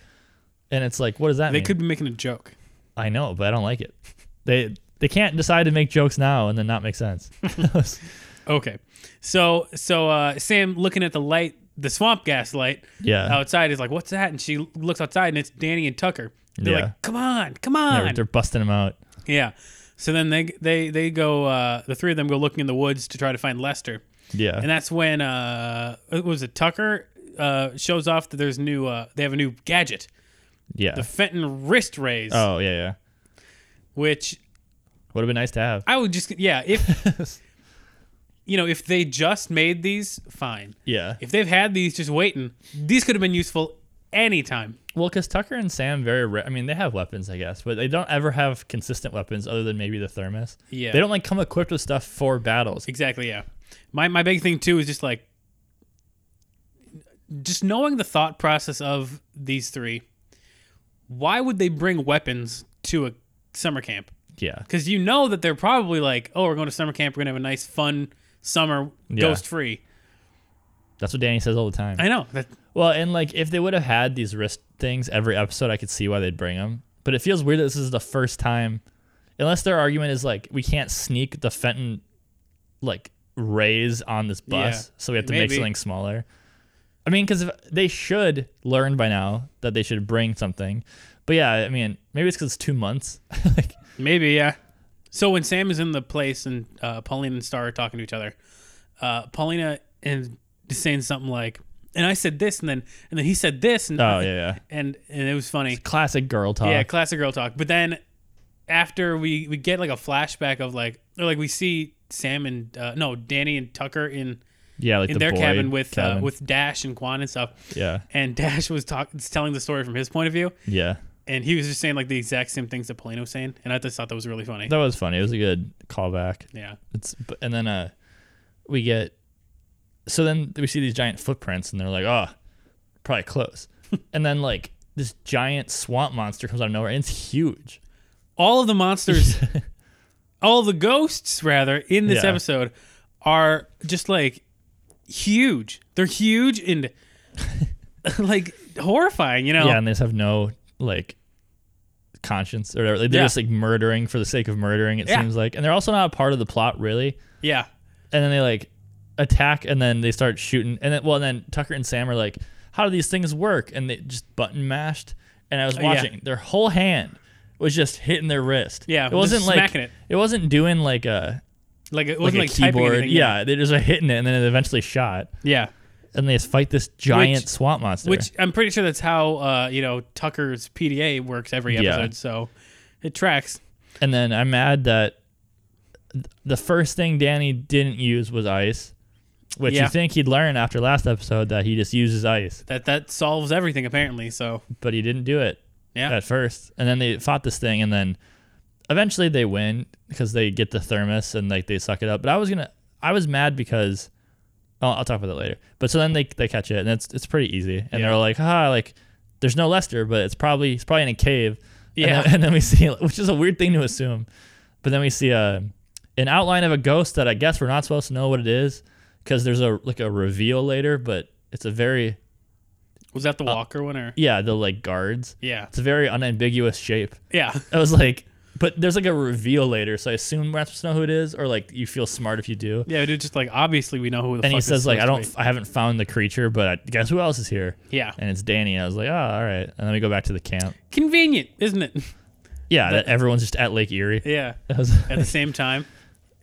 [SPEAKER 3] and it's like, what does that
[SPEAKER 2] They
[SPEAKER 3] mean?
[SPEAKER 2] could be making a joke.
[SPEAKER 3] I know, but I don't like it. They they can't decide to make jokes now and then not make sense.
[SPEAKER 2] Okay. So so uh, Sam looking at the light, the swamp gas light
[SPEAKER 3] Yeah.
[SPEAKER 2] outside is like, what's that? And she looks outside and it's Danny and Tucker. They're
[SPEAKER 3] Yeah.
[SPEAKER 2] like, come on, come on.
[SPEAKER 3] they're, they're busting them out.
[SPEAKER 2] yeah. So then they they they go. Uh, the three of them go looking in the woods to try to find Lester,
[SPEAKER 3] Yeah.
[SPEAKER 2] and that's when uh, it was it Tucker uh, shows off that there's new. Uh, they have a new gadget,
[SPEAKER 3] yeah.
[SPEAKER 2] the Fenton wrist raise,
[SPEAKER 3] oh yeah, yeah.
[SPEAKER 2] which
[SPEAKER 3] Would have been nice to have.
[SPEAKER 2] I would just yeah if you know if they just made these fine
[SPEAKER 3] Yeah.
[SPEAKER 2] if they've had these just waiting these could have been useful anytime
[SPEAKER 3] Well, because Tucker and Sam very rare. I mean, they have weapons, I guess, but they don't ever have consistent weapons other than maybe the thermos.
[SPEAKER 2] Yeah.
[SPEAKER 3] They don't like come equipped with stuff for battles.
[SPEAKER 2] exactly yeah my my big thing too is just like just knowing the thought process of these three why would they bring weapons to a summer camp
[SPEAKER 3] Yeah.
[SPEAKER 2] because you know that they're probably like oh we're going to summer camp we're gonna have a nice fun summer
[SPEAKER 3] Yeah.
[SPEAKER 2] ghost free
[SPEAKER 3] That's what Danny says all the time.
[SPEAKER 2] i know that
[SPEAKER 3] well, and like if they would have had these wrist things every episode, I could see why they'd bring them. But it feels weird that this is the first time, unless their argument is like we can't sneak the Fenton like rays on this bus,
[SPEAKER 2] Yeah.
[SPEAKER 3] so we have to make
[SPEAKER 2] Maybe.
[SPEAKER 3] something smaller. I mean, because they should learn by now that they should bring something. But yeah, I mean, maybe it's because it's two months. like,
[SPEAKER 2] Maybe, yeah. So when Sam is in the place and uh, Paulina and Star are talking to each other, uh, Paulina and is saying something like, "And I said this," and then and then he said this, and
[SPEAKER 3] Oh, yeah, yeah.
[SPEAKER 2] and and it was funny.
[SPEAKER 3] classic girl talk.
[SPEAKER 2] Yeah, classic girl talk. But then after we we get like a flashback of like or like we see Sam and uh, no Danny and Tucker in
[SPEAKER 3] yeah, like
[SPEAKER 2] in
[SPEAKER 3] the
[SPEAKER 2] their
[SPEAKER 3] boy
[SPEAKER 2] cabin with Uh,
[SPEAKER 3] cabin.
[SPEAKER 2] with Dash and Quan and stuff.
[SPEAKER 3] yeah,
[SPEAKER 2] And Dash was talk- telling the story from his point of view,
[SPEAKER 3] yeah.
[SPEAKER 2] and he was just saying like the exact same things that Paulina was saying, and I just thought that was really funny.
[SPEAKER 3] That was funny. It was a good callback.
[SPEAKER 2] yeah.
[SPEAKER 3] It's but- and then uh, we get so then we see these giant footprints and they're like, oh, probably close. and then like this giant swamp monster comes out of nowhere and it's huge.
[SPEAKER 2] all of the monsters, all the ghosts rather in this
[SPEAKER 3] Yeah.
[SPEAKER 2] episode are just like huge. They're huge and like horrifying, you know.
[SPEAKER 3] Yeah, and they just have no like conscience or whatever. Like, they're
[SPEAKER 2] Yeah.
[SPEAKER 3] just like murdering for the sake of murdering. It
[SPEAKER 2] Yeah.
[SPEAKER 3] seems like, and they're also not a part of the plot really.
[SPEAKER 2] Yeah.
[SPEAKER 3] and then they like attack and then they start shooting and then well and then Tucker and Sam are like how do these things work and they just button mashed and I was
[SPEAKER 2] yeah.
[SPEAKER 3] watching their whole hand was just hitting their wrist
[SPEAKER 2] Yeah,
[SPEAKER 3] it
[SPEAKER 2] just
[SPEAKER 3] wasn't like
[SPEAKER 2] smacking it.
[SPEAKER 3] wasn't doing like a
[SPEAKER 2] Like it
[SPEAKER 3] like,
[SPEAKER 2] wasn't like,
[SPEAKER 3] a
[SPEAKER 2] typing
[SPEAKER 3] keyboard
[SPEAKER 2] anything.
[SPEAKER 3] yeah they just are hitting it and then it eventually shot
[SPEAKER 2] Yeah.
[SPEAKER 3] and they just fight this giant
[SPEAKER 2] Which-
[SPEAKER 3] swamp monster
[SPEAKER 2] Which I'm pretty sure that's how uh, you know, Tucker's PDA works every
[SPEAKER 3] Yeah.
[SPEAKER 2] episode, so it tracks.
[SPEAKER 3] and then I'm mad that th- the first thing Danny didn't use was ice which
[SPEAKER 2] Yeah.
[SPEAKER 3] you think he'd learn after last episode that he just uses ice
[SPEAKER 2] That that solves everything apparently, so
[SPEAKER 3] but he didn't do it
[SPEAKER 2] yeah.
[SPEAKER 3] at first, and then they fought this thing, and then eventually they win because they get the thermos and like they suck it up. But I was gonna, I was mad because, oh, I'll talk about that later. But so then they they catch it, and it's it's pretty easy, and
[SPEAKER 2] Yeah.
[SPEAKER 3] they're like, ah, like there's no Lester, but it's probably it's probably in a cave. And
[SPEAKER 2] Yeah.
[SPEAKER 3] then, and then we see, which is a weird thing to assume, but then we see a an outline of a ghost that I guess we're not supposed to know what it is because there's a like a reveal later, but it's a very
[SPEAKER 2] Was that the
[SPEAKER 3] uh,
[SPEAKER 2] Walker one or
[SPEAKER 3] yeah the like guards.
[SPEAKER 2] Yeah.
[SPEAKER 3] It's a very unambiguous shape.
[SPEAKER 2] Yeah.
[SPEAKER 3] I was like, but there's like a reveal later, so I assume we're not supposed to know who it is, or like you feel smart if you do.
[SPEAKER 2] Yeah, dude, just like obviously we know who the
[SPEAKER 3] and
[SPEAKER 2] fuck
[SPEAKER 3] he
[SPEAKER 2] this is
[SPEAKER 3] says like, I don't,
[SPEAKER 2] supposed to
[SPEAKER 3] I haven't found the creature, but I, guess who else is here?
[SPEAKER 2] be. Yeah.
[SPEAKER 3] And it's Danny. I was like, oh, all right. And then we go back to the camp.
[SPEAKER 2] Convenient, isn't it?
[SPEAKER 3] Yeah, that everyone's just at Lake Erie.
[SPEAKER 2] Yeah.
[SPEAKER 3] I was-
[SPEAKER 2] At the same time.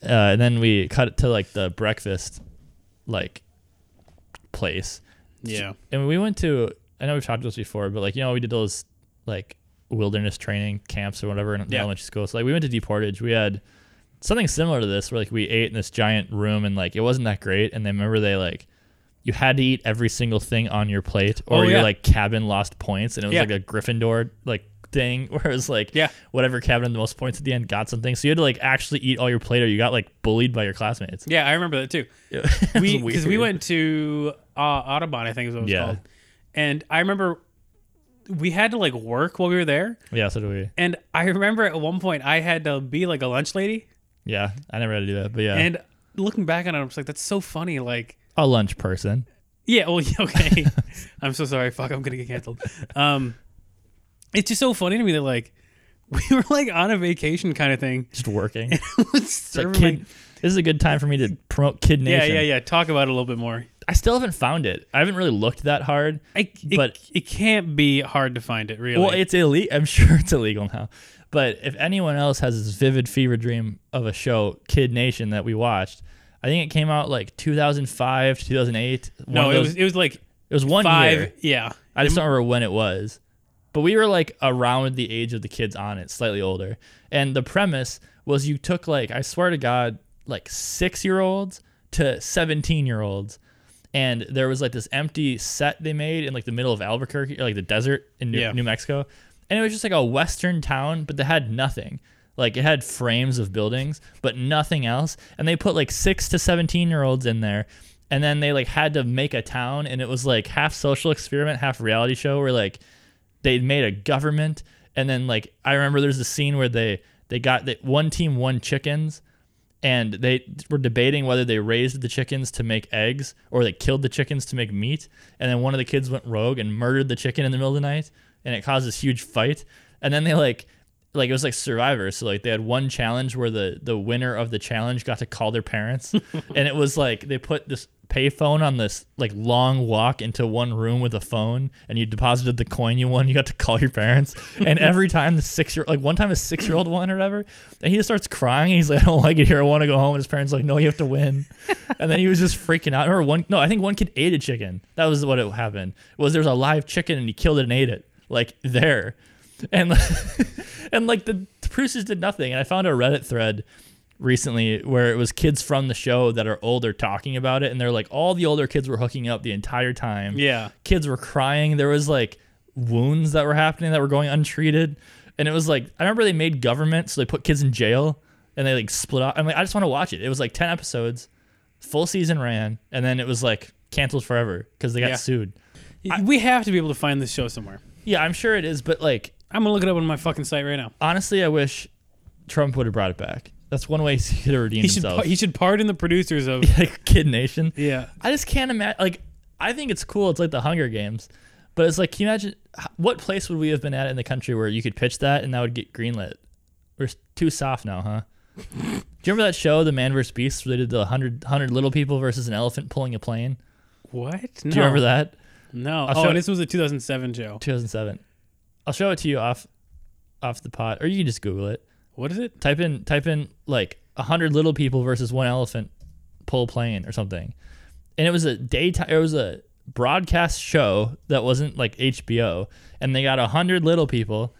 [SPEAKER 3] uh, and then we cut it to like the breakfast, like place.
[SPEAKER 2] Yeah.
[SPEAKER 3] and we went to I know we've talked about this before, but like you know we did those like wilderness training camps or whatever in
[SPEAKER 2] Yeah.
[SPEAKER 3] elementary school. So like we went to Deportage. We had something similar to this where like we ate in this giant room and like it wasn't that great. And then remember they like you had to eat every single thing on your plate or
[SPEAKER 2] Oh,
[SPEAKER 3] your
[SPEAKER 2] yeah.
[SPEAKER 3] like cabin lost points and it was
[SPEAKER 2] Yeah.
[SPEAKER 3] like a Gryffindor like thing where it was like
[SPEAKER 2] Yeah.
[SPEAKER 3] whatever cabin had the most points at the end got something. So you had to like actually eat all your plate or you got like bullied by your classmates.
[SPEAKER 2] Yeah, I remember that too.
[SPEAKER 3] It
[SPEAKER 2] We
[SPEAKER 3] was
[SPEAKER 2] because we
[SPEAKER 3] weird.
[SPEAKER 2] went to uh, Audubon, I think is what it was
[SPEAKER 3] Yeah.
[SPEAKER 2] called, and I remember we had to like work while we were there,
[SPEAKER 3] Yeah, so do we.
[SPEAKER 2] and I remember at one point I had to be like a lunch lady,
[SPEAKER 3] Yeah, I never had to do that, but yeah,
[SPEAKER 2] and looking back on it, I'm just like, that's so funny. Like,
[SPEAKER 3] a lunch person.
[SPEAKER 2] yeah, well, yeah, okay. I'm so sorry. Fuck, I'm gonna get canceled. Um, it's just so funny to me that like we were like on a vacation kind of thing.
[SPEAKER 3] Just working. It's like,
[SPEAKER 2] Serving,
[SPEAKER 3] kid, this is a good time for me to promote Kid
[SPEAKER 2] yeah,
[SPEAKER 3] Nation.
[SPEAKER 2] yeah, yeah. Talk about it a little bit more.
[SPEAKER 3] I still haven't found it. I haven't really looked that hard.
[SPEAKER 2] I, it,
[SPEAKER 3] But-
[SPEAKER 2] it can't be hard to find it, really.
[SPEAKER 3] Well, it's illegal. I'm sure it's illegal now. But if anyone else has this vivid fever dream of a show, Kid Nation, that we watched, I think it came out like 2005 to 2008.
[SPEAKER 2] no,
[SPEAKER 3] One of
[SPEAKER 2] it
[SPEAKER 3] those-
[SPEAKER 2] was it was like
[SPEAKER 3] it was one
[SPEAKER 2] five.
[SPEAKER 3] year.
[SPEAKER 2] Yeah,
[SPEAKER 3] I just don't remember when it was. But we were like around the age of the kids on it, slightly older. And the premise was you took like, I swear to God, like six year olds to 17 year olds. And there was like this empty set they made in like the middle of Albuquerque, like the desert in New,
[SPEAKER 2] Yeah.
[SPEAKER 3] New Mexico. And it was just like a Western town, but they had nothing. Like it had frames of buildings, but nothing else. And they put like six to 17 year olds in there. And then they like had to make a town. And it was like half social experiment, half reality show where like they made a government. And then like I remember there's a scene where they, they got that one team won chickens and they were debating whether they raised the chickens to make eggs or they killed the chickens to make meat. And then one of the kids went rogue and murdered the chicken in the middle of the night, and it caused this huge fight. And then they like, like it was like Survivor, so like they had one challenge where the the winner of the challenge got to call their parents, and it was like they put this payphone on this like long walk into one room with a phone and you deposited the coin you won you got to call your parents and every time the six year like one time a six year old won or whatever and he just starts crying and he's like i don't like it here i want to go home and his parents like no you have to win and then he was just freaking out or one no i think one kid ate a chicken that was what it happened was there was a live chicken and he killed it and ate it like there and and like the, the producers did nothing and i found a reddit thread recently where it was kids from the show that are older talking about it and they're like all the older kids were hooking up the entire time
[SPEAKER 2] yeah.
[SPEAKER 3] kids were crying there was like wounds that were happening that were going untreated and it was like i remember they made government so they put kids in jail and they like split up i'm like i just want to watch it it was like 10 episodes full season ran and then it was like canceled forever because they got
[SPEAKER 2] Yeah.
[SPEAKER 3] sued
[SPEAKER 2] we have to be able to find this show somewhere.
[SPEAKER 3] yeah i'm sure it is but like
[SPEAKER 2] I'm gonna look it up on my fucking site right now.
[SPEAKER 3] honestly i wish trump would have brought it back that's one way he could have redeemed
[SPEAKER 2] He should
[SPEAKER 3] himself
[SPEAKER 2] par- he should pardon the producers of
[SPEAKER 3] like Kid Nation.
[SPEAKER 2] yeah.
[SPEAKER 3] I just can't imagine. Like, I think it's cool. It's like the Hunger Games, but it's like, can you imagine h- what place would we have been at in the country where you could pitch that and that would get greenlit? We're s- too soft now, huh? Do you remember that show, The Man vs. Beast, where they did the 100, 100 little people versus an elephant pulling a plane?
[SPEAKER 2] What? No.
[SPEAKER 3] Do you remember that?
[SPEAKER 2] No.
[SPEAKER 3] I'll
[SPEAKER 2] oh,
[SPEAKER 3] show-
[SPEAKER 2] and this was a 2007 show.
[SPEAKER 3] 2007. I'll show it to you off off the pot, or you can just Google it.
[SPEAKER 2] What is it?
[SPEAKER 3] type in type in like a hundred little people versus one elephant pull plane or something and it was a daytime it was a broadcast show that wasn't like hbo and they got a hundred little people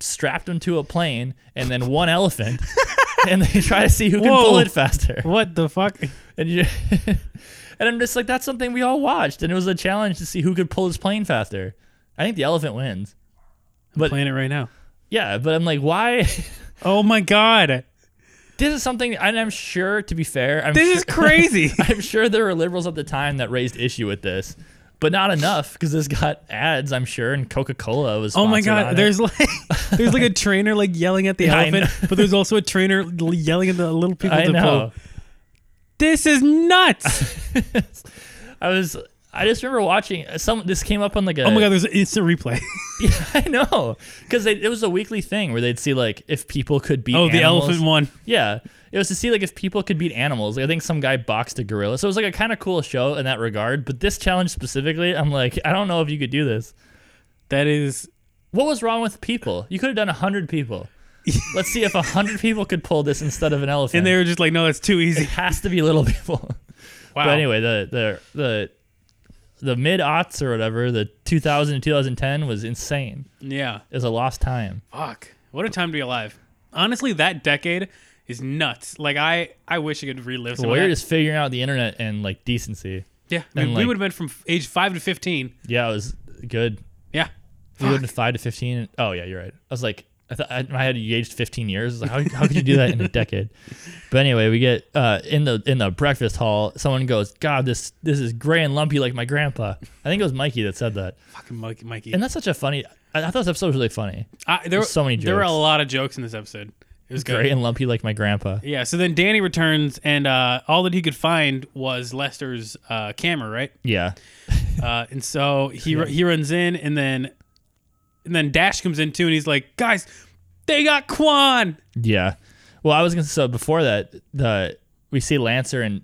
[SPEAKER 3] strapped them to a plane and then one elephant and they try to see who can pull
[SPEAKER 2] Whoa.
[SPEAKER 3] it faster
[SPEAKER 2] What the fuck?
[SPEAKER 3] and you and i'm just like that's something we all watched and it was a challenge to see who could pull his plane faster i think the elephant wins
[SPEAKER 2] I'm playing it right now.
[SPEAKER 3] yeah but i'm like why
[SPEAKER 2] Oh my god.
[SPEAKER 3] this is something and i'm sure to be fair i'm
[SPEAKER 2] This is
[SPEAKER 3] sure-
[SPEAKER 2] crazy.
[SPEAKER 3] I'm sure there were liberals at the time that raised issue with this, but not enough because this got ads, I'm sure, and Coca Cola was.
[SPEAKER 2] Oh my
[SPEAKER 3] sponsored on
[SPEAKER 2] god,
[SPEAKER 3] it.
[SPEAKER 2] there's like there's like a trainer like yelling at the
[SPEAKER 3] Yeah, I
[SPEAKER 2] elephant,
[SPEAKER 3] know.
[SPEAKER 2] but there's also a trainer l- yelling at the little people
[SPEAKER 3] I
[SPEAKER 2] to
[SPEAKER 3] know.
[SPEAKER 2] pull. This is nuts.
[SPEAKER 3] I was. I just remember watching uh, some. This came up on like a.
[SPEAKER 2] oh my god, there's an instant replay.
[SPEAKER 3] Yeah, I know, because it was a weekly thing where they'd see like if people could beat.
[SPEAKER 2] oh, the
[SPEAKER 3] animals.
[SPEAKER 2] elephant won.
[SPEAKER 3] Yeah, it was to see like if people could beat animals. Like, I think some guy boxed a gorilla, so it was like a kind of cool show in that regard. But this challenge specifically, I'm like, I don't know if you could do this.
[SPEAKER 2] That is
[SPEAKER 3] What was wrong with people? You could have done 100 people. Let's see if 100 people could pull this instead of an elephant.
[SPEAKER 2] and they were just like, no, that's too
[SPEAKER 3] it
[SPEAKER 2] easy.
[SPEAKER 3] has to be little people.
[SPEAKER 2] Wow.
[SPEAKER 3] But anyway, the the the the mid aughts or whatever, the 2000 and 2010 was insane.
[SPEAKER 2] Yeah.
[SPEAKER 3] It was a lost time.
[SPEAKER 2] Fuck. What a time to be alive. Honestly, that decade is nuts. Like I, I wish I could relive some of
[SPEAKER 3] we are
[SPEAKER 2] that.
[SPEAKER 3] just figuring out the internet and like decency.
[SPEAKER 2] yeah. I mean,
[SPEAKER 3] and,
[SPEAKER 2] we
[SPEAKER 3] like-
[SPEAKER 2] would have been from f- age five to fifteen.
[SPEAKER 3] Yeah, it was good.
[SPEAKER 2] Yeah.
[SPEAKER 3] We lived to five to 15. Oh yeah, you're right. I was like, I thought I, I had engaged 15 years. I was Like, how, how could you do that in a decade? But anyway, we get uh, in the in the breakfast hall. Someone goes, "God, this this is gray and lumpy like my grandpa." I think it was Mikey that said that,
[SPEAKER 2] Fucking Mike, Mikey.
[SPEAKER 3] and that's such a funny. I, I thought this episode was really funny.
[SPEAKER 2] I, there were
[SPEAKER 3] so many
[SPEAKER 2] There were a
[SPEAKER 3] jokes.
[SPEAKER 2] lot of jokes in this episode. It was
[SPEAKER 3] Gray
[SPEAKER 2] Good.
[SPEAKER 3] and lumpy like my grandpa.
[SPEAKER 2] Yeah. So then Danny returns, and uh, all that he could find was Lester's uh, camera, right?
[SPEAKER 3] Yeah,
[SPEAKER 2] Uh, and so he he runs in, and then and then Dash comes in too, and he's like, "Guys, they got Quan."
[SPEAKER 3] yeah. Well, I was gonna so before that the we see Lancer and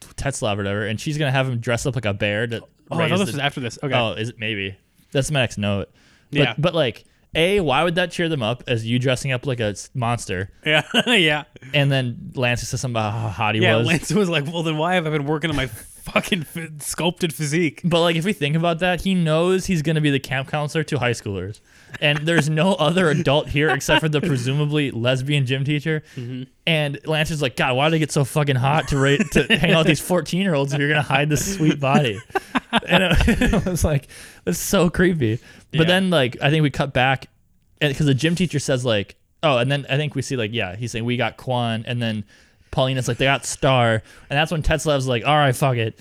[SPEAKER 3] Tetzlav or whatever, and she's gonna have him dress up like a bear. To
[SPEAKER 2] Oh, I
[SPEAKER 3] raise
[SPEAKER 2] thought this
[SPEAKER 3] the-
[SPEAKER 2] was after this. Okay.
[SPEAKER 3] Oh, is it maybe? That's my next note. But,
[SPEAKER 2] Yeah.
[SPEAKER 3] But like, a why would that cheer them up as you dressing up like a s- monster?
[SPEAKER 2] Yeah. yeah.
[SPEAKER 3] And then Lance says something about how hot he
[SPEAKER 2] Yeah.
[SPEAKER 3] was.
[SPEAKER 2] Lance was like, "Well, then why have I been working on my fucking f- sculpted physique?"
[SPEAKER 3] but like, if we think about that, he knows he's gonna be the camp counselor to high schoolers, and there's no other adult here except for the presumably lesbian gym teacher. And Lance is like, God, why did I get so fucking hot to rate, to hang out with these 14 year olds if you're gonna hide this sweet body? And it, was like, that's so creepy. But
[SPEAKER 2] Yeah.
[SPEAKER 3] then like, I think we cut back because the gym teacher says like, oh, and then I think we see like, yeah, he's saying we got Quan, and then Paulina's like, they got Star, and that's when Tetzlav's like, all right, fuck it.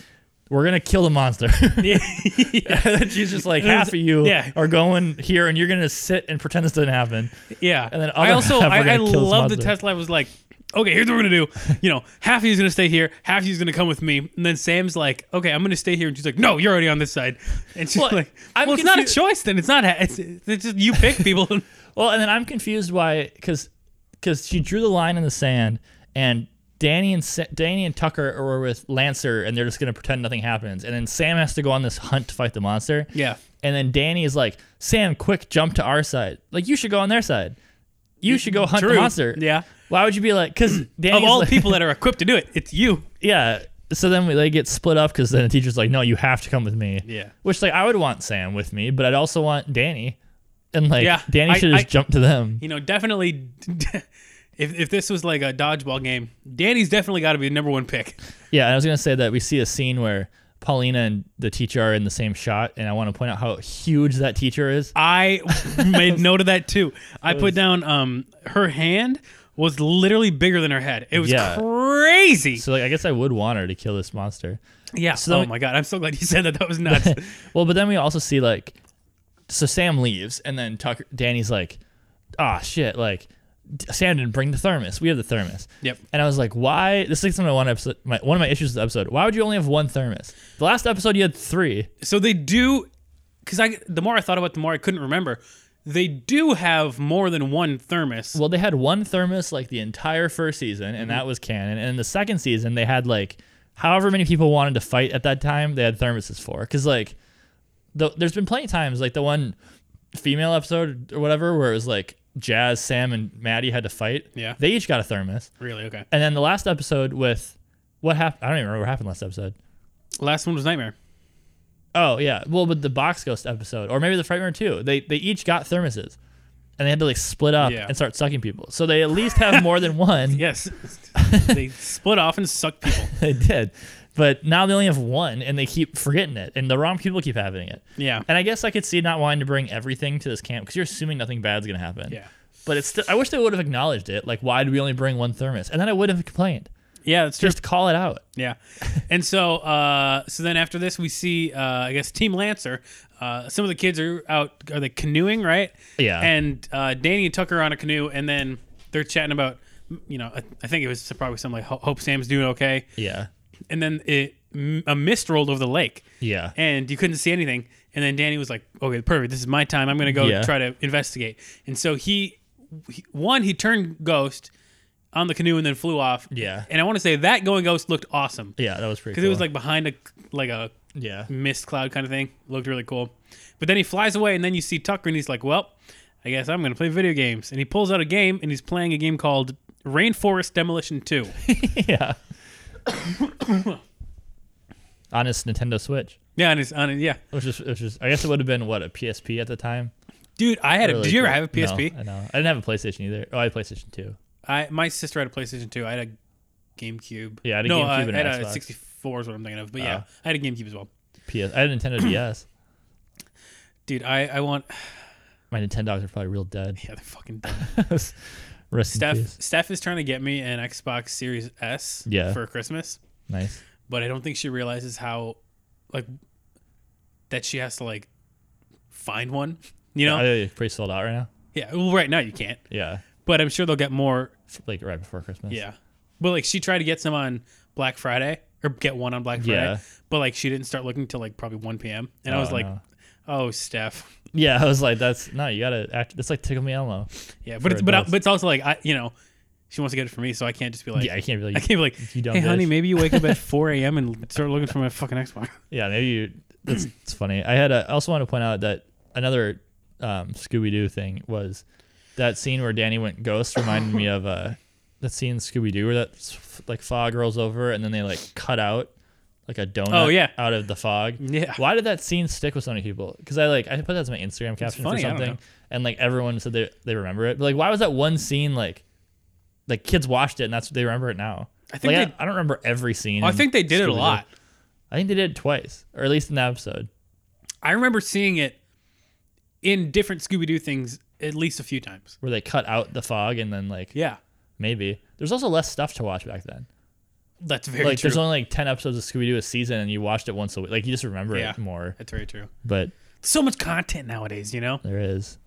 [SPEAKER 3] We're gonna kill the monster. And she's just like half of you
[SPEAKER 2] Yeah.
[SPEAKER 3] are going here, and you're gonna sit and pretend this didn't happen.
[SPEAKER 2] Yeah.
[SPEAKER 3] And then
[SPEAKER 2] I
[SPEAKER 3] other
[SPEAKER 2] also
[SPEAKER 3] half are
[SPEAKER 2] I,
[SPEAKER 3] gonna
[SPEAKER 2] I
[SPEAKER 3] kill this
[SPEAKER 2] love that
[SPEAKER 3] monster.
[SPEAKER 2] Tesla was like, okay, here's what we're gonna do. You know, half of you's gonna stay here, half of you's gonna come with me. And then Sam's like, okay, I'm gonna stay here, and she's like, no, you're already on this side. And she's
[SPEAKER 3] Well,
[SPEAKER 2] like,
[SPEAKER 3] I'm
[SPEAKER 2] well, it's not a
[SPEAKER 3] confu-
[SPEAKER 2] choice. Then it's not. ha- It's, it's just you pick people.
[SPEAKER 3] Well, and then I'm confused why, because because she drew the line in the sand, and Danny and Sa- Danny and Tucker are with Lancer, and they're just gonna pretend nothing happens, and then Sam has to go on this hunt to fight the monster.
[SPEAKER 2] Yeah.
[SPEAKER 3] And then Danny is like, Sam, quick, jump to our side. Like you should go on their side. You should go hunt
[SPEAKER 2] True.
[SPEAKER 3] the monster.
[SPEAKER 2] Yeah.
[SPEAKER 3] Why would you be like? Because
[SPEAKER 2] of all
[SPEAKER 3] like,
[SPEAKER 2] the people that are equipped to do it, it's you.
[SPEAKER 3] yeah. So then we, they get split up because then the teacher's like, "No, you have to come with me."
[SPEAKER 2] Yeah.
[SPEAKER 3] Which like I would want Sam with me, but I'd also want Danny, and like
[SPEAKER 2] Yeah,
[SPEAKER 3] Danny
[SPEAKER 2] I-
[SPEAKER 3] should just
[SPEAKER 2] I-
[SPEAKER 3] jump to them.
[SPEAKER 2] You know, definitely. If, if this was like a dodgeball game, Danny's definitely got to be the number one pick.
[SPEAKER 3] Yeah, and I was gonna say that we see a scene where Paulina and the teacher are in the same shot, and I want to point out how huge that teacher is.
[SPEAKER 2] I made note of that too. I put down um her hand was literally bigger than her head. It was
[SPEAKER 3] Yeah.
[SPEAKER 2] crazy.
[SPEAKER 3] So like I guess I would want her to kill this monster.
[SPEAKER 2] yeah.
[SPEAKER 3] so-
[SPEAKER 2] oh my god, I'm so glad you said that. That was nuts.
[SPEAKER 3] well, but then we also see like, so Sam leaves, and then Tucker, Danny's like, ah, shit, like, D- Sam didn't bring the thermos. We have the thermos.
[SPEAKER 2] Yep.
[SPEAKER 3] And I was like, why? This is one episode. My, one of my issues with the episode. Why would you only have one thermos? The last episode you had three.
[SPEAKER 2] so they do, because I the more I thought about, it, the more I couldn't remember. They do have more than one thermos.
[SPEAKER 3] Well, they had one thermos like the entire first season, and
[SPEAKER 2] Mhm.
[SPEAKER 3] that was canon. And in the second season, they had like however many people wanted to fight at that time, they had thermoses for. Because like, the, there's been plenty of times like the one female episode or whatever where it was like Jazz, Sam, and Maddie had to fight.
[SPEAKER 2] Yeah.
[SPEAKER 3] they each got a thermos.
[SPEAKER 2] really? Okay.
[SPEAKER 3] And then the last episode with what happened? I don't even remember what happened last episode.
[SPEAKER 2] Last one was nightmare.
[SPEAKER 3] Oh yeah, well, but the Box Ghost episode, or maybe the Frightmare Two, they they each got thermoses, and they had to like split up
[SPEAKER 2] Yeah.
[SPEAKER 3] and start sucking people. So they at least have more than one.
[SPEAKER 2] Yes. they split off and suck people.
[SPEAKER 3] they did. But now they only have one and they keep forgetting it. And the wrong people keep having it.
[SPEAKER 2] Yeah.
[SPEAKER 3] And I guess I could see not wanting to bring everything to this camp because you're assuming nothing bad's going to happen.
[SPEAKER 2] Yeah.
[SPEAKER 3] But it's still, I wish they would have acknowledged it. Like, why did we only bring one thermos? And then I would have complained.
[SPEAKER 2] Yeah, that's true.
[SPEAKER 3] Just call it out.
[SPEAKER 2] Yeah. And so uh so then after this we see uh I guess Team Lancer. Uh some of the kids are out are they canoeing, right?
[SPEAKER 3] Yeah.
[SPEAKER 2] And uh Danny and Tucker are on a canoe and then they're chatting about you know, I, I think it was probably something like "Ho- hope Sam's doing okay.
[SPEAKER 3] Yeah.
[SPEAKER 2] And then it m- a mist rolled over the lake.
[SPEAKER 3] Yeah.
[SPEAKER 2] And you couldn't see anything. And then Danny was like, "Okay, perfect. This is my time. I'm going to go
[SPEAKER 3] Yeah.
[SPEAKER 2] try to investigate." And so he, he one he turned ghost on the canoe and then flew off.
[SPEAKER 3] Yeah.
[SPEAKER 2] And I want to say that going ghost looked awesome.
[SPEAKER 3] yeah, that was pretty
[SPEAKER 2] Because
[SPEAKER 3] cool.
[SPEAKER 2] it was like behind a like a
[SPEAKER 3] yeah.
[SPEAKER 2] mist cloud kind of thing. Looked really cool. But then he flies away, and then you see Tucker, and he's like, "Well, I guess I'm gonna play video games." And he pulls out a game, and he's playing a game called Rainforest Demolition Two.
[SPEAKER 3] yeah. On his Nintendo Switch,
[SPEAKER 2] yeah, and it's on it. Yeah,
[SPEAKER 3] which is, which is, I guess it would have been what, a PSP at the time?
[SPEAKER 2] dude, I had a.
[SPEAKER 3] Really
[SPEAKER 2] Did you ever
[SPEAKER 3] cool.
[SPEAKER 2] have a PSP?
[SPEAKER 3] No, I know. I didn't have a PlayStation either. Oh, I had PlayStation 2.
[SPEAKER 2] I my sister had a PlayStation Two. I had a GameCube.
[SPEAKER 3] Yeah, I had a
[SPEAKER 2] no,
[SPEAKER 3] GameCube
[SPEAKER 2] I
[SPEAKER 3] and an
[SPEAKER 2] had a
[SPEAKER 3] Xbox.
[SPEAKER 2] 64 is what I'm thinking of. But yeah,
[SPEAKER 3] Oh.
[SPEAKER 2] I had a GameCube as well.
[SPEAKER 3] PS. I had a Nintendo DS.
[SPEAKER 2] Dude, I I want.
[SPEAKER 3] my Nintendogs are probably real dead.
[SPEAKER 2] Yeah, they're fucking dead.
[SPEAKER 3] Rest in
[SPEAKER 2] Steph,
[SPEAKER 3] peace.
[SPEAKER 2] Steph is trying to get me an Xbox Series S
[SPEAKER 3] Yeah.
[SPEAKER 2] for Christmas,
[SPEAKER 3] Nice.
[SPEAKER 2] but I don't think she realizes how, like, that she has to like find one. You know?
[SPEAKER 3] Are they pretty sold out right now?
[SPEAKER 2] yeah. Well, right now you can't,
[SPEAKER 3] Yeah.
[SPEAKER 2] but I'm sure they'll get more.
[SPEAKER 3] F- Like right before Christmas.
[SPEAKER 2] Yeah. But like, she tried to get some on Black Friday or get one on Black Friday,
[SPEAKER 3] Yeah.
[SPEAKER 2] but like, she didn't start looking till like probably 1 p.m. And I
[SPEAKER 3] Oh,
[SPEAKER 2] was like,
[SPEAKER 3] no.
[SPEAKER 2] oh, Steph.
[SPEAKER 3] Yeah, I was like, that's no, you gotta act. That's like Tickle Me Elmo.
[SPEAKER 2] Yeah, but it's, but I,
[SPEAKER 3] adults.
[SPEAKER 2] but it's also like I, you know, she wants to get it for me, so I can't just be like,
[SPEAKER 3] yeah, I can't really.
[SPEAKER 2] I can't be like,
[SPEAKER 3] You dumb
[SPEAKER 2] hey, honey,
[SPEAKER 3] bitch."
[SPEAKER 2] maybe you wake up at 4 a.m. and start looking for my fucking Xbox.
[SPEAKER 3] Yeah, maybe you. That's it's funny. I had. A, I also want to point out that another um, Scooby Doo thing was that scene where Danny went ghost reminded me of uh, that scene in Scooby Doo where that s- like fog rolls over and then they like cut out like a donut.
[SPEAKER 2] Oh, yeah.
[SPEAKER 3] out of the fog.
[SPEAKER 2] Yeah.
[SPEAKER 3] Why did that scene stick with so many people? Because I like I put that as my Instagram caption
[SPEAKER 2] funny, I
[SPEAKER 3] for
[SPEAKER 2] don't
[SPEAKER 3] something,
[SPEAKER 2] know.
[SPEAKER 3] and like everyone said they they remember it. But like, why was that one scene like? Like kids watched it and that's they remember it now.
[SPEAKER 2] I think
[SPEAKER 3] Like,
[SPEAKER 2] they- Oh,
[SPEAKER 3] I, I don't remember every scene.
[SPEAKER 2] I
[SPEAKER 3] in
[SPEAKER 2] think they did it a
[SPEAKER 3] Scooby-Doo.
[SPEAKER 2] lot.
[SPEAKER 3] I think they did it twice, or at least in that episode.
[SPEAKER 2] I remember seeing it in different Scooby Doo things at least a few times.
[SPEAKER 3] where they cut out the fog and then like
[SPEAKER 2] Yeah,
[SPEAKER 3] maybe there's also less stuff to watch back then.
[SPEAKER 2] that's very
[SPEAKER 3] like
[SPEAKER 2] true.
[SPEAKER 3] there's only like ten episodes of Scooby Doo a season, and you watched it once a week. Like you just remember
[SPEAKER 2] Yeah.
[SPEAKER 3] it more,
[SPEAKER 2] that's very true.
[SPEAKER 3] but
[SPEAKER 2] So much content nowadays, you know.
[SPEAKER 3] there is.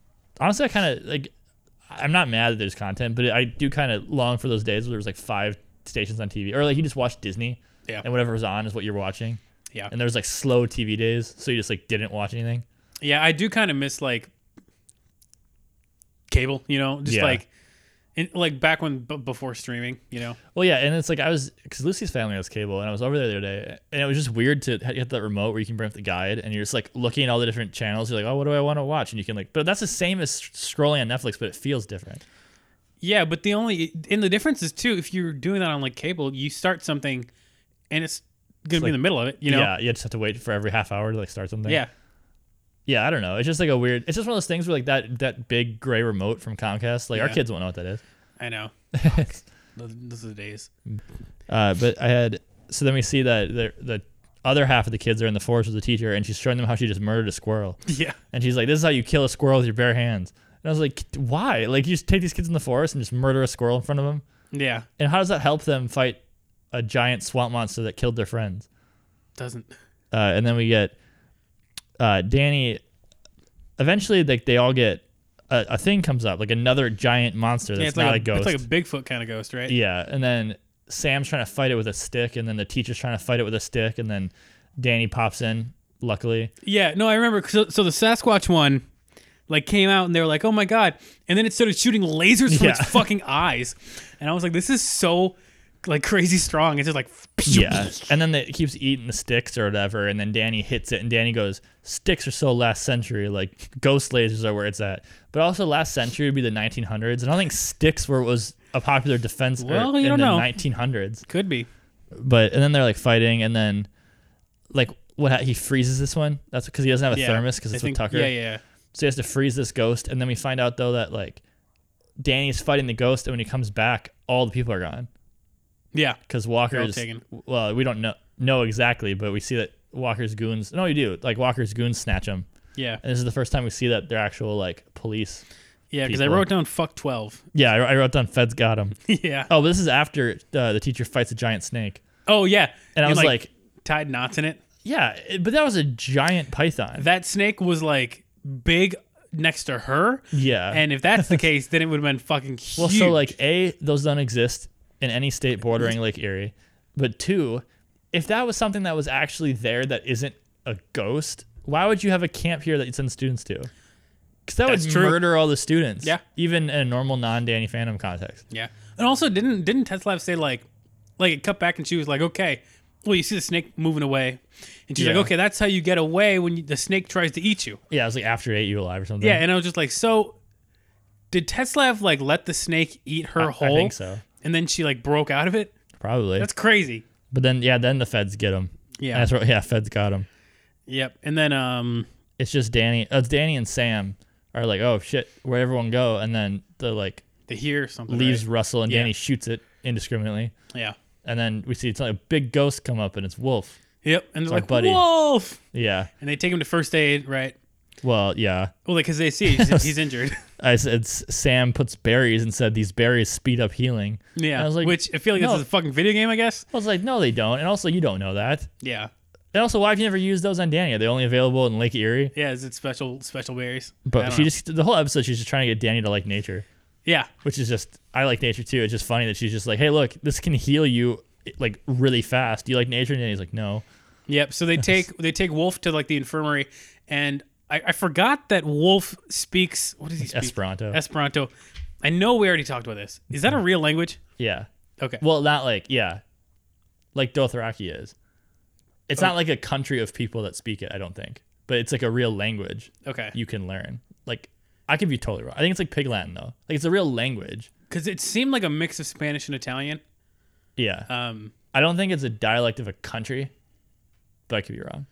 [SPEAKER 3] Honestly, I kind of like. I'm not mad that there's content, but I do kind of long for those days where there was like five stations on TV, or like you just watched Disney,
[SPEAKER 2] Yeah.
[SPEAKER 3] and whatever was on is what you're watching.
[SPEAKER 2] Yeah,
[SPEAKER 3] And there was like slow TV days, so you just like didn't watch anything.
[SPEAKER 2] yeah. I do kind of miss like cable, you know, just
[SPEAKER 3] Yeah.
[SPEAKER 2] like in, like back when b- before streaming, you know.
[SPEAKER 3] Well, yeah, and it's like I was because Lucy's family has cable, and I was over there the other day, and it was just weird to ha- get that remote where you can bring up the guide, and you're just like looking at all the different channels. You're like, oh, what do I want to watch? And you can like, but that's the same as s- scrolling on Netflix, but it feels different.
[SPEAKER 2] Yeah, but the only and the difference is too if you're doing that on like cable, you start something and it's gonna be
[SPEAKER 3] like-
[SPEAKER 2] in the middle of it, you know.
[SPEAKER 3] yeah, you just have to wait for every half hour to like start something.
[SPEAKER 2] Yeah.
[SPEAKER 3] yeah, I don't know. It's just like a weird. It's just one of those things where like that that big gray remote from Comcast. Like our
[SPEAKER 2] Yeah.
[SPEAKER 3] kids won't know what that is.
[SPEAKER 2] I know. Those, those are the days.
[SPEAKER 3] Uh, but I had so then we see that the the other half of the kids are in the forest with the teacher, and she's showing them how she just murdered a squirrel.
[SPEAKER 2] Yeah.
[SPEAKER 3] And she's like, "This is how you kill a squirrel with your bare hands." And I was like, "Why? Like, you just take these kids in the forest and just murder a squirrel in front of them?
[SPEAKER 2] Yeah.
[SPEAKER 3] And how does that help them fight a giant swamp monster that killed their friends?"
[SPEAKER 2] Doesn't.
[SPEAKER 3] Uh, and then we get uh, Danny. Eventually, like they all get a, a thing comes up, like another giant monster that's
[SPEAKER 2] Yeah, it's
[SPEAKER 3] not
[SPEAKER 2] like
[SPEAKER 3] a, ghost.
[SPEAKER 2] It's like a Bigfoot kind of ghost, right?
[SPEAKER 3] yeah, and then Sam's trying to fight it with a stick, and then the teacher's trying to fight it with a stick, and then Danny pops in. Luckily,
[SPEAKER 2] Yeah, no, I remember. So, so the Sasquatch one, like, came out and they were like, "Oh my god!" And then it started shooting lasers from its
[SPEAKER 3] Yeah.
[SPEAKER 2] fucking eyes, and I was like, "This is so, like, crazy strong." It's just like,
[SPEAKER 3] Yeah, and then it keeps eating the sticks or whatever, and then Danny hits it, and Danny goes, "Sticks are so last century. Like ghost lasers are where it's at." But also, last century would be the 1900s, and I don't think sticks were was a popular defense or-
[SPEAKER 2] Well, you don't
[SPEAKER 3] in the
[SPEAKER 2] know.
[SPEAKER 3] 1900s.
[SPEAKER 2] could be.
[SPEAKER 3] But and then they're like fighting, and then like what ha- he freezes this one. That's because he doesn't have a
[SPEAKER 2] Yeah,
[SPEAKER 3] thermos because
[SPEAKER 2] I
[SPEAKER 3] it's
[SPEAKER 2] think-
[SPEAKER 3] with Tucker.
[SPEAKER 2] Yeah, yeah.
[SPEAKER 3] So he has to freeze this ghost, and then we find out though that like Danny's fighting the ghost, and when he comes back, all the people are gone
[SPEAKER 2] Yeah,
[SPEAKER 3] because Walker
[SPEAKER 2] all
[SPEAKER 3] is
[SPEAKER 2] taken.
[SPEAKER 3] well, we don't know know exactly, but we see that Walker's goons. No, you do. Like Walker's goons snatch him,
[SPEAKER 2] yeah,
[SPEAKER 3] and this is the first time we see that they're actual like police.
[SPEAKER 2] yeah. Because I
[SPEAKER 3] People.
[SPEAKER 2] wrote down "fuck 12.
[SPEAKER 3] Yeah, I, I wrote down feds got him.
[SPEAKER 2] yeah.
[SPEAKER 3] Oh, but this is after uh, the teacher fights a giant snake,
[SPEAKER 2] Oh yeah.
[SPEAKER 3] and I was like,
[SPEAKER 2] tied knots in it.
[SPEAKER 3] yeah, it- but that was a giant python.
[SPEAKER 2] That snake was like big next to her.
[SPEAKER 3] Yeah,
[SPEAKER 2] And if that's the case, then it would have been fucking huge.
[SPEAKER 3] Well, so like a those don't exist in any state bordering Lake Erie, but two, if that was something that was actually there that isn't a ghost, why would you have a camp here that you send students to? Because that
[SPEAKER 2] That's
[SPEAKER 3] would
[SPEAKER 2] true.
[SPEAKER 3] murder all the students.
[SPEAKER 2] Yeah.
[SPEAKER 3] even in a normal non-Danny Phantom context.
[SPEAKER 2] yeah. And also, didn't didn't Test Lab say like, like it cut back and she was like, okay, well you see the snake moving away, and she's
[SPEAKER 3] Yeah.
[SPEAKER 2] like, okay, that's how you get away when you, the snake tries to eat you.
[SPEAKER 3] Yeah, it was like after eight, you alive or something.
[SPEAKER 2] Yeah. And I was just like, so did Test Lab like let the snake eat her
[SPEAKER 3] I
[SPEAKER 2] whole?
[SPEAKER 3] think so.
[SPEAKER 2] And then she like broke out of it.
[SPEAKER 3] probably.
[SPEAKER 2] That's crazy.
[SPEAKER 3] but then yeah, then the feds get him.
[SPEAKER 2] Yeah.
[SPEAKER 3] that's right. Yeah, feds got him.
[SPEAKER 2] Yep. And then um,
[SPEAKER 3] It's just Danny. uh, It's Danny and Sam are like, oh shit, where everyone go? And then the like
[SPEAKER 2] they hear something.
[SPEAKER 3] leaves
[SPEAKER 2] right?
[SPEAKER 3] Russell and
[SPEAKER 2] Yeah.
[SPEAKER 3] Danny shoots it indiscriminately.
[SPEAKER 2] Yeah.
[SPEAKER 3] and then we see it's like a big ghost come up and it's wolf
[SPEAKER 2] Yep. And they're
[SPEAKER 3] our
[SPEAKER 2] like,
[SPEAKER 3] buddy.
[SPEAKER 2] wolf.
[SPEAKER 3] yeah
[SPEAKER 2] and they take him to first aid, right?
[SPEAKER 3] Well, yeah.
[SPEAKER 2] Well, because they see he's, he's injured.
[SPEAKER 3] I said "S- Sam puts berries and said these berries speed up healing.
[SPEAKER 2] Yeah,
[SPEAKER 3] I was like,
[SPEAKER 2] which I feel like
[SPEAKER 3] no.
[SPEAKER 2] this is a fucking video game, I guess.
[SPEAKER 3] I was like, no, they don't. And also, you don't know that.
[SPEAKER 2] Yeah,
[SPEAKER 3] And also, why have you never used those on Danny? Are they only available in Lake Erie?
[SPEAKER 2] yeah. Is it special special berries? I
[SPEAKER 3] But
[SPEAKER 2] don't
[SPEAKER 3] she
[SPEAKER 2] know.
[SPEAKER 3] just the whole episode she's just trying to get Danny to like nature,
[SPEAKER 2] yeah,
[SPEAKER 3] which is just I like nature too. It's just funny that she's just like, hey, look, this can heal you like really fast. Do you like nature? And Danny's like, no.
[SPEAKER 2] yep. So they take they take Wolf to like the infirmary, and I, I forgot that Wolf speaks. What does he speak?
[SPEAKER 3] Esperanto.
[SPEAKER 2] Esperanto. I know we already talked about this. Is that a real language?
[SPEAKER 3] yeah.
[SPEAKER 2] Okay.
[SPEAKER 3] Well, not like yeah, like Dothraki is. It's
[SPEAKER 2] Oh.
[SPEAKER 3] not like a country of people that speak it. I don't think, but it's like a real language
[SPEAKER 2] Okay.
[SPEAKER 3] you can learn. Like I could be totally wrong. I think it's like Pig Latin though. Like it's a real language.
[SPEAKER 2] Because it seemed like a mix of Spanish and Italian.
[SPEAKER 3] Yeah.
[SPEAKER 2] Um.
[SPEAKER 3] I don't think it's a dialect of a country, but I could be wrong.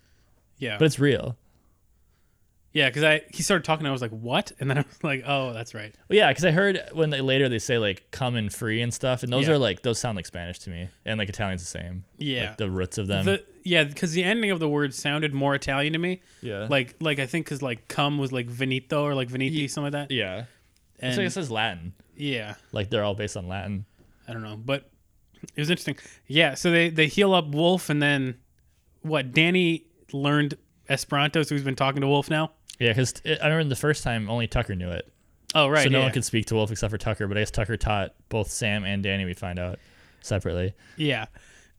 [SPEAKER 2] Yeah.
[SPEAKER 3] But it's real.
[SPEAKER 2] yeah. Because I he started talking, and I was like, "What?" And then I was like, "Oh, that's right."
[SPEAKER 3] Well, yeah, because I heard when they later they say like "come and free" and stuff, and those
[SPEAKER 2] Yeah.
[SPEAKER 3] are like those sound like Spanish to me, and like Italian's the same.
[SPEAKER 2] Yeah.
[SPEAKER 3] Like, the roots of them.
[SPEAKER 2] the yeah because the ending of the word sounded more Italian to me.
[SPEAKER 3] Yeah.
[SPEAKER 2] Like like I think because like cum was like Veneto or like Veneti something like that.
[SPEAKER 3] yeah,
[SPEAKER 2] And,
[SPEAKER 3] it's like it says Latin.
[SPEAKER 2] yeah.
[SPEAKER 3] Like they're all based on Latin.
[SPEAKER 2] I don't know, but it was interesting. Yeah. So they they heal up Wolf and then what? Danny learned Esperanto, so he's been talking to Wolf now.
[SPEAKER 3] Yeah, because I remember the first time only Tucker knew it,
[SPEAKER 2] Oh right.
[SPEAKER 3] so no
[SPEAKER 2] yeah.
[SPEAKER 3] one could speak to Wolf except for Tucker. But I guess Tucker taught both Sam and Danny. We find out separately.
[SPEAKER 2] Yeah.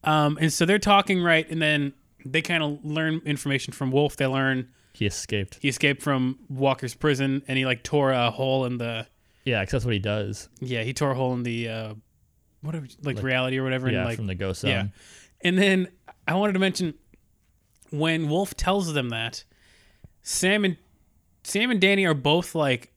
[SPEAKER 2] Um, and so they're talking right, and then they kind of learn information from Wolf. They learn
[SPEAKER 3] He escaped.
[SPEAKER 2] he escaped from Walker's prison, and he like tore a hole in the
[SPEAKER 3] Yeah, 'cause that's what he does.
[SPEAKER 2] yeah he tore a hole in the uh, what are we, like, reality or whatever.
[SPEAKER 3] Yeah,
[SPEAKER 2] and, like,
[SPEAKER 3] from the ghost zone.
[SPEAKER 2] yeah. And then I wanted to mention when Wolf tells them that Sam and Sam and Danny are both like,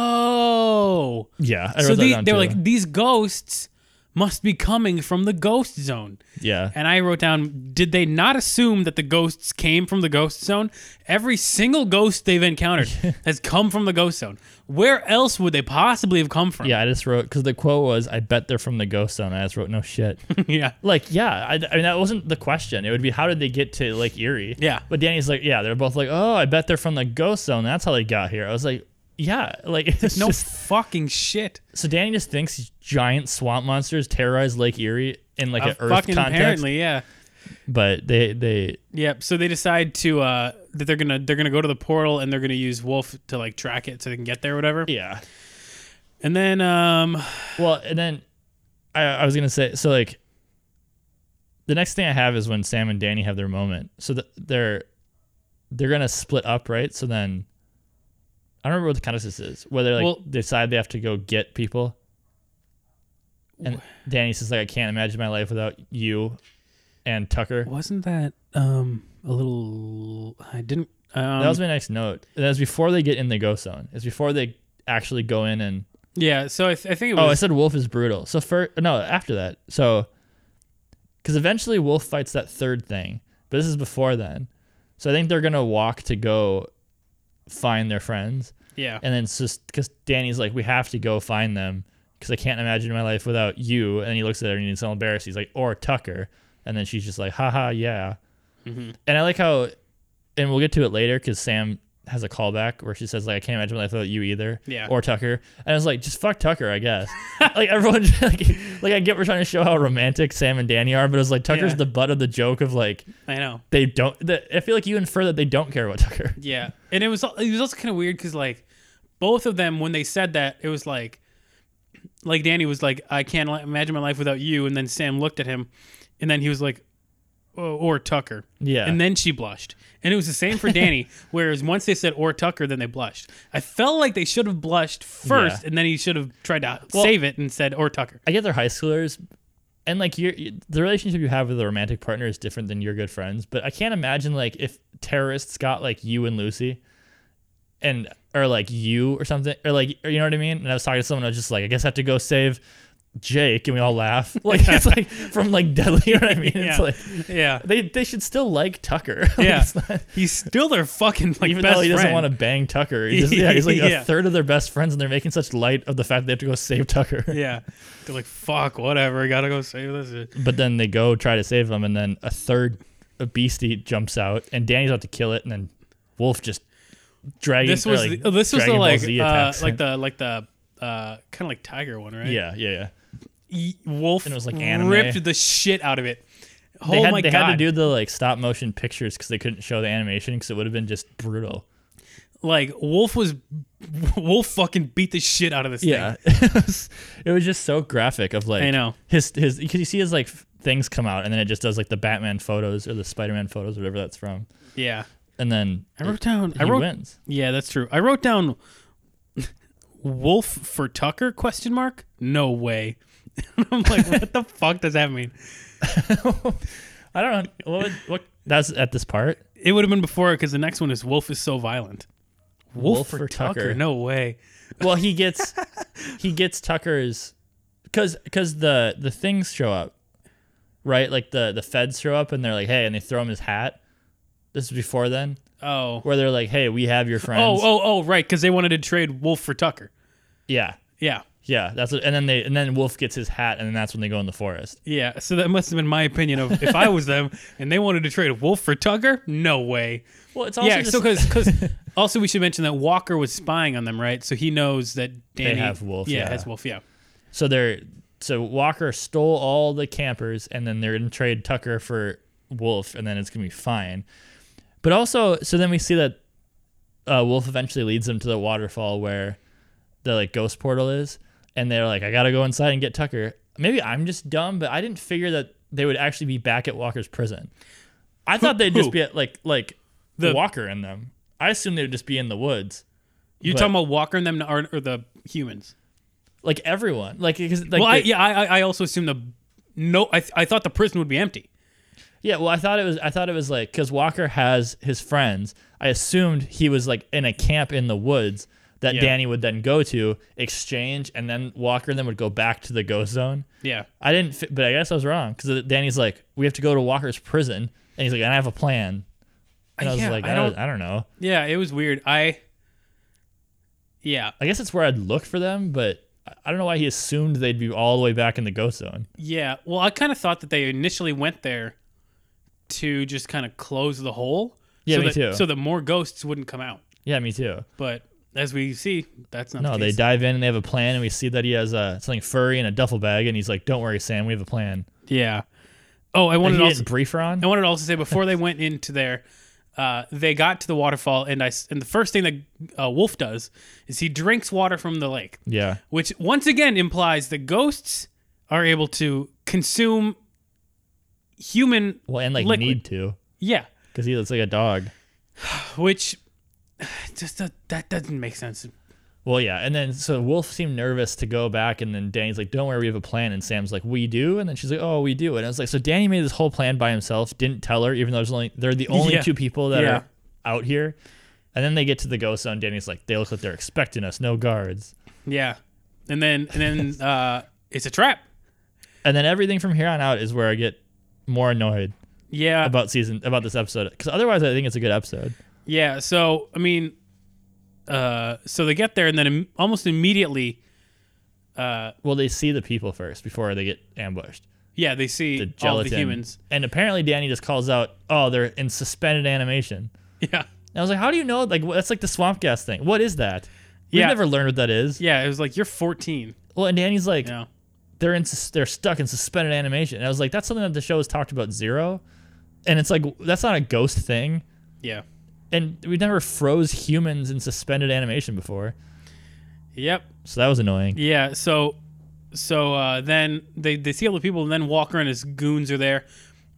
[SPEAKER 2] oh,
[SPEAKER 3] Yeah, I
[SPEAKER 2] so
[SPEAKER 3] wrote that
[SPEAKER 2] the-
[SPEAKER 3] down
[SPEAKER 2] they're
[SPEAKER 3] too.
[SPEAKER 2] like these ghosts must be coming from the ghost zone.
[SPEAKER 3] yeah,
[SPEAKER 2] And I wrote down, did they not assume that the ghosts came from the ghost zone? Every single ghost they've encountered has come from the ghost zone. Where else would they possibly have come from?
[SPEAKER 3] yeah. I just wrote because the quote was, "I bet they're from the ghost zone." I just wrote, "No shit."
[SPEAKER 2] yeah.
[SPEAKER 3] like yeah I, I mean that wasn't the question it would be how did they get to lake erie
[SPEAKER 2] Yeah.
[SPEAKER 3] but danny's like yeah they're both like oh i bet they're from the ghost zone that's how they got here i was like yeah like it's
[SPEAKER 2] No
[SPEAKER 3] just
[SPEAKER 2] fucking shit.
[SPEAKER 3] so danny just thinks these giant swamp monsters terrorize lake erie in like
[SPEAKER 2] Uh,
[SPEAKER 3] an earth
[SPEAKER 2] fucking
[SPEAKER 3] context
[SPEAKER 2] apparently, yeah.
[SPEAKER 3] but they they
[SPEAKER 2] Yep. So they decide to uh, that they're gonna they're gonna go to the portal and they're gonna use Wolf to like track it so they can get there or whatever.
[SPEAKER 3] yeah
[SPEAKER 2] And then um
[SPEAKER 3] well and then i i was gonna say so like the next thing i have is when sam and danny have their moment so th- they're they're gonna split up right so then i don't remember what the context this is whether like
[SPEAKER 2] Well-
[SPEAKER 3] decide they have to go get people and danny says like i can't imagine my life without you and tucker
[SPEAKER 2] wasn't that um a little I didn't um,
[SPEAKER 3] that was my next note And that was before they get in the ghost zone it's before they actually go in and
[SPEAKER 2] yeah. So I, th- I think it
[SPEAKER 3] Oh, I
[SPEAKER 2] was
[SPEAKER 3] said Wolf is brutal. So for no, after that. So because eventually Wolf fights that third thing, but this is before then. So I think they're gonna walk to go find their friends,
[SPEAKER 2] yeah
[SPEAKER 3] and then it's just because Danny's like, we have to go find them because I can't imagine my life without you. And he looks at her and he's all embarrassed. He's like, or Tucker, and then she's just like, haha, yeah.
[SPEAKER 2] Mm-hmm.
[SPEAKER 3] And I like how, and we'll get to it later because Sam has a callback where she says like, I can't imagine my life without you either.
[SPEAKER 2] Yeah.
[SPEAKER 3] Or Tucker, and I was like, just fuck Tucker, I guess. like everyone, like, like I get we're trying to show how romantic Sam and Danny are, but it was like Tucker's
[SPEAKER 2] Yeah.
[SPEAKER 3] the butt of the joke of like
[SPEAKER 2] I know
[SPEAKER 3] they don't. The, I feel like you infer that they don't care about Tucker.
[SPEAKER 2] yeah. And it was al- it was also kind of weird because like both of them when they said that it was like like Danny was like I can't li- imagine my life without you and then Sam looked at him and then he was like "Oh, or Tucker
[SPEAKER 3] Yeah.
[SPEAKER 2] and then she blushed and it was the same for Danny whereas once they said or Tucker then they blushed I felt like they should have blushed first
[SPEAKER 3] Yeah.
[SPEAKER 2] and then he should have tried to
[SPEAKER 3] Well-
[SPEAKER 2] save it and said or Tucker
[SPEAKER 3] I get they're high schoolers, and like you're, you, the relationship you have with a romantic partner is different than your good friends. But I can't imagine like if terrorists got like you and Lucy, and or like you or something, or like or you know what I mean. And I was talking to someone, I was just like, I guess I have to go save Jake, and we all laugh. Like it's like from like Deadly, you know what I mean?
[SPEAKER 2] Yeah.
[SPEAKER 3] It's like
[SPEAKER 2] yeah
[SPEAKER 3] they they should still like Tucker. Like,
[SPEAKER 2] yeah
[SPEAKER 3] it's not-
[SPEAKER 2] he's still their fucking like
[SPEAKER 3] even
[SPEAKER 2] best
[SPEAKER 3] though he doesn't
[SPEAKER 2] friend.
[SPEAKER 3] want to bang Tucker, he just, yeah, he's like
[SPEAKER 2] Yeah.
[SPEAKER 3] a third of their best friends, and they're making such light of the fact they have to go save Tucker.
[SPEAKER 2] yeah they're like fuck whatever gotta go save this shit.
[SPEAKER 3] But then they go try to save him, and then a third a beastie jumps out, and Danny's about to kill it, and then Wolf just Dragon.
[SPEAKER 2] This
[SPEAKER 3] or,
[SPEAKER 2] was
[SPEAKER 3] like,
[SPEAKER 2] the, oh, this was
[SPEAKER 3] Dragon
[SPEAKER 2] the
[SPEAKER 3] Ball
[SPEAKER 2] like
[SPEAKER 3] Z
[SPEAKER 2] uh,
[SPEAKER 3] attacks.
[SPEAKER 2] like the like the uh, kind of like tiger one, right?
[SPEAKER 3] yeah, yeah, yeah.
[SPEAKER 2] E- Wolf
[SPEAKER 3] And it was, like, anime.
[SPEAKER 2] ripped the shit out of it. Oh
[SPEAKER 3] They had
[SPEAKER 2] my
[SPEAKER 3] they
[SPEAKER 2] god!
[SPEAKER 3] had to do the like stop motion pictures because they couldn't show the animation because it would have been just brutal.
[SPEAKER 2] like Wolf was Wolf fucking beat the shit out of this thing.
[SPEAKER 3] it was, it was just so graphic of like
[SPEAKER 2] I know.
[SPEAKER 3] his his because you see his like f- things come out and then it just does like the Batman photos or the Spider Man photos whatever that's from
[SPEAKER 2] Yeah.
[SPEAKER 3] and then
[SPEAKER 2] I wrote down.
[SPEAKER 3] he
[SPEAKER 2] I wrote.
[SPEAKER 3] wins.
[SPEAKER 2] Yeah, that's true. I wrote down Wolf for Tucker question mark. No way. I'm like, what the fuck does that mean?
[SPEAKER 3] I don't know what would- what that's at this part.
[SPEAKER 2] It would have been before because the next one is Wolf is so violent. Wolf, for, Tucker. No way.
[SPEAKER 3] Well, he gets he gets Tucker's because because the the things show up, right? Like the the feds show up and they're like, hey, and they throw him his hat. This is before then,
[SPEAKER 2] Oh.
[SPEAKER 3] where they're like, hey, we have your
[SPEAKER 2] Oh,
[SPEAKER 3] friends.
[SPEAKER 2] oh, oh, right. Because they wanted to trade Wolf for Tucker.
[SPEAKER 3] yeah,
[SPEAKER 2] Yeah.
[SPEAKER 3] yeah. That's what, and then they and then Wolf gets his hat and then that's when they go in the forest.
[SPEAKER 2] Yeah. So that must have been my opinion of if I was them and they wanted to trade Wolf for Tucker, no way.
[SPEAKER 3] Well, it's also
[SPEAKER 2] yeah.
[SPEAKER 3] just,
[SPEAKER 2] so because because also we should mention that Walker was spying on them, right? So he knows that Danny
[SPEAKER 3] have Wolf, yeah.
[SPEAKER 2] has Wolf. Yeah.
[SPEAKER 3] so they're so Walker stole all the campers and then they're in trade Tucker for Wolf and then it's gonna be fine. But also, so then we see that uh, Wolf eventually leads them to the waterfall where the like ghost portal is, and they're like, "I gotta go inside and get Tucker." Maybe I'm just dumb, but I didn't figure that they would actually be back at Walker's prison. I thought they'd
[SPEAKER 2] who?
[SPEAKER 3] just be at like like
[SPEAKER 2] The-
[SPEAKER 3] Walker in them. I assumed they would just be in the woods,
[SPEAKER 2] You
[SPEAKER 3] But-
[SPEAKER 2] talking about Walker and them or, or the humans?
[SPEAKER 3] like everyone, like because like
[SPEAKER 2] well, I,
[SPEAKER 3] they-
[SPEAKER 2] yeah, I I- I also assume the no. I th- I thought the prison would be empty.
[SPEAKER 3] Yeah, well, I thought it was. I thought it was like because Walker has his friends. I assumed he was like in a camp in the woods that
[SPEAKER 2] Yeah.
[SPEAKER 3] Danny would then go to exchange, and then Walker then would go back to the ghost zone.
[SPEAKER 2] Yeah.
[SPEAKER 3] I didn't, fi- but I guess I was wrong because Danny's like, we have to go to Walker's prison, and he's like, and I have a plan. And I was
[SPEAKER 2] Yeah,
[SPEAKER 3] like,
[SPEAKER 2] I
[SPEAKER 3] I don't,
[SPEAKER 2] don't-
[SPEAKER 3] I don't know.
[SPEAKER 2] Yeah. It was weird. I. Yeah.
[SPEAKER 3] I guess it's where I'd look for them, but I- I don't know why he assumed they'd be all the way back in the ghost zone.
[SPEAKER 2] Yeah. Well, I kind of thought that they initially went there to just kind of close the hole.
[SPEAKER 3] Yeah,
[SPEAKER 2] so
[SPEAKER 3] me
[SPEAKER 2] that,
[SPEAKER 3] too.
[SPEAKER 2] So that more ghosts wouldn't come out.
[SPEAKER 3] Yeah, me too.
[SPEAKER 2] But as we see, that's not
[SPEAKER 3] No,
[SPEAKER 2] the
[SPEAKER 3] they
[SPEAKER 2] case.
[SPEAKER 3] dive in and they have a plan, and we see that he has uh, something furry in a duffel bag, and he's like, "Don't worry, Sam, we have a plan."
[SPEAKER 2] Yeah. Oh, I
[SPEAKER 3] Like,
[SPEAKER 2] wanted
[SPEAKER 3] he
[SPEAKER 2] to also,
[SPEAKER 3] didn't brief her on.
[SPEAKER 2] I wanted to also say before they went into there, uh, they got to the waterfall, and I s- and the first thing that uh, Wolf does is he drinks water from the lake,
[SPEAKER 3] Yeah,
[SPEAKER 2] which once again implies that ghosts are able to consume human.
[SPEAKER 3] well, and like
[SPEAKER 2] Liquid.
[SPEAKER 3] need to
[SPEAKER 2] Yeah,
[SPEAKER 3] because he looks like a dog.
[SPEAKER 2] which just uh, that doesn't make sense.
[SPEAKER 3] Well, yeah, and then so Wolf seemed nervous to go back, and then Danny's like, "Don't worry, we have a plan." And Sam's like, "We do," and then she's like, "Oh, we do." And I was like, "So Danny made this whole plan by himself, didn't tell her, even though there's only they're the only
[SPEAKER 2] Yeah.
[SPEAKER 3] two people that
[SPEAKER 2] Yeah.
[SPEAKER 3] are out here." And then they get to the ghost zone. Danny's like, "They look like they're expecting us, no guards."
[SPEAKER 2] Yeah, and then and then uh, it's a trap.
[SPEAKER 3] And then everything from here on out is where I get more annoyed.
[SPEAKER 2] Yeah,
[SPEAKER 3] about season about this episode because otherwise I think it's a good episode.
[SPEAKER 2] Yeah, so I mean, uh, so they get there and then im- almost immediately,
[SPEAKER 3] Well, they see the people first before they get ambushed.
[SPEAKER 2] yeah, they
[SPEAKER 3] The
[SPEAKER 2] see all the
[SPEAKER 3] gelatin
[SPEAKER 2] humans.
[SPEAKER 3] and apparently Danny just calls out, "Oh, they're in suspended animation."
[SPEAKER 2] Yeah,
[SPEAKER 3] And I was like, "How do you know? Like wh- that's like the swamp gas thing. What is that? We've
[SPEAKER 2] Yeah.
[SPEAKER 3] never learned what that is."
[SPEAKER 2] yeah, it was like you're 14.
[SPEAKER 3] Well, and Danny's like,
[SPEAKER 2] You know?
[SPEAKER 3] "They're in sus- they're stuck in suspended animation." And I was like, "That's something that the show has talked about zero, and it's like w- that's not a ghost thing."
[SPEAKER 2] Yeah.
[SPEAKER 3] And we never froze humans in suspended animation before,
[SPEAKER 2] Yep.
[SPEAKER 3] so that was annoying.
[SPEAKER 2] Yeah. So, so uh, then they they see all the people and then Walker and his goons are there.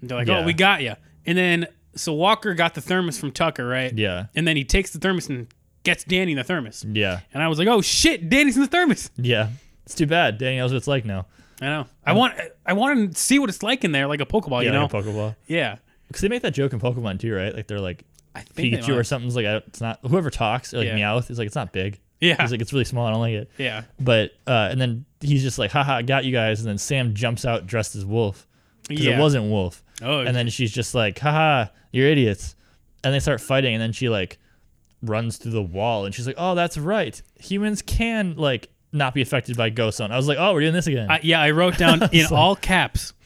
[SPEAKER 2] And they're like,
[SPEAKER 3] Yeah.
[SPEAKER 2] oh, we got you. And then so Walker got the thermos from Tucker, right?
[SPEAKER 3] Yeah,
[SPEAKER 2] And then he takes the thermos and gets Danny in the thermos.
[SPEAKER 3] yeah,
[SPEAKER 2] And I was like, oh shit, Danny's in the thermos.
[SPEAKER 3] yeah. It's too bad. Danny knows what it's like now.
[SPEAKER 2] I know. I want I want to see what it's like in there, like a Pokeball, you know?
[SPEAKER 3] Mm. like a Pokeball.
[SPEAKER 2] yeah.
[SPEAKER 3] Because they make that joke in Pokemon too, right? Like they're like
[SPEAKER 2] I think they
[SPEAKER 3] Pikachu or
[SPEAKER 2] might.
[SPEAKER 3] something's like I don't- it's not whoever talks or like
[SPEAKER 2] Yeah.
[SPEAKER 3] Meowth is like it's not big.
[SPEAKER 2] Yeah.
[SPEAKER 3] He's like it's really small. I don't like it.
[SPEAKER 2] Yeah.
[SPEAKER 3] But uh, and then he's just like, haha, got you guys. And then Sam jumps out dressed as Wolf because
[SPEAKER 2] Yeah.
[SPEAKER 3] it wasn't Wolf.
[SPEAKER 2] Oh,
[SPEAKER 3] And then she's just like, haha, you're idiots. And they start fighting. And then she like runs through the wall. And she's like, oh, that's right. Humans can like not be affected by Ghost Zone. I was like, oh, we're doing this again.
[SPEAKER 2] I, yeah, I wrote down in
[SPEAKER 3] Sorry.
[SPEAKER 2] all caps.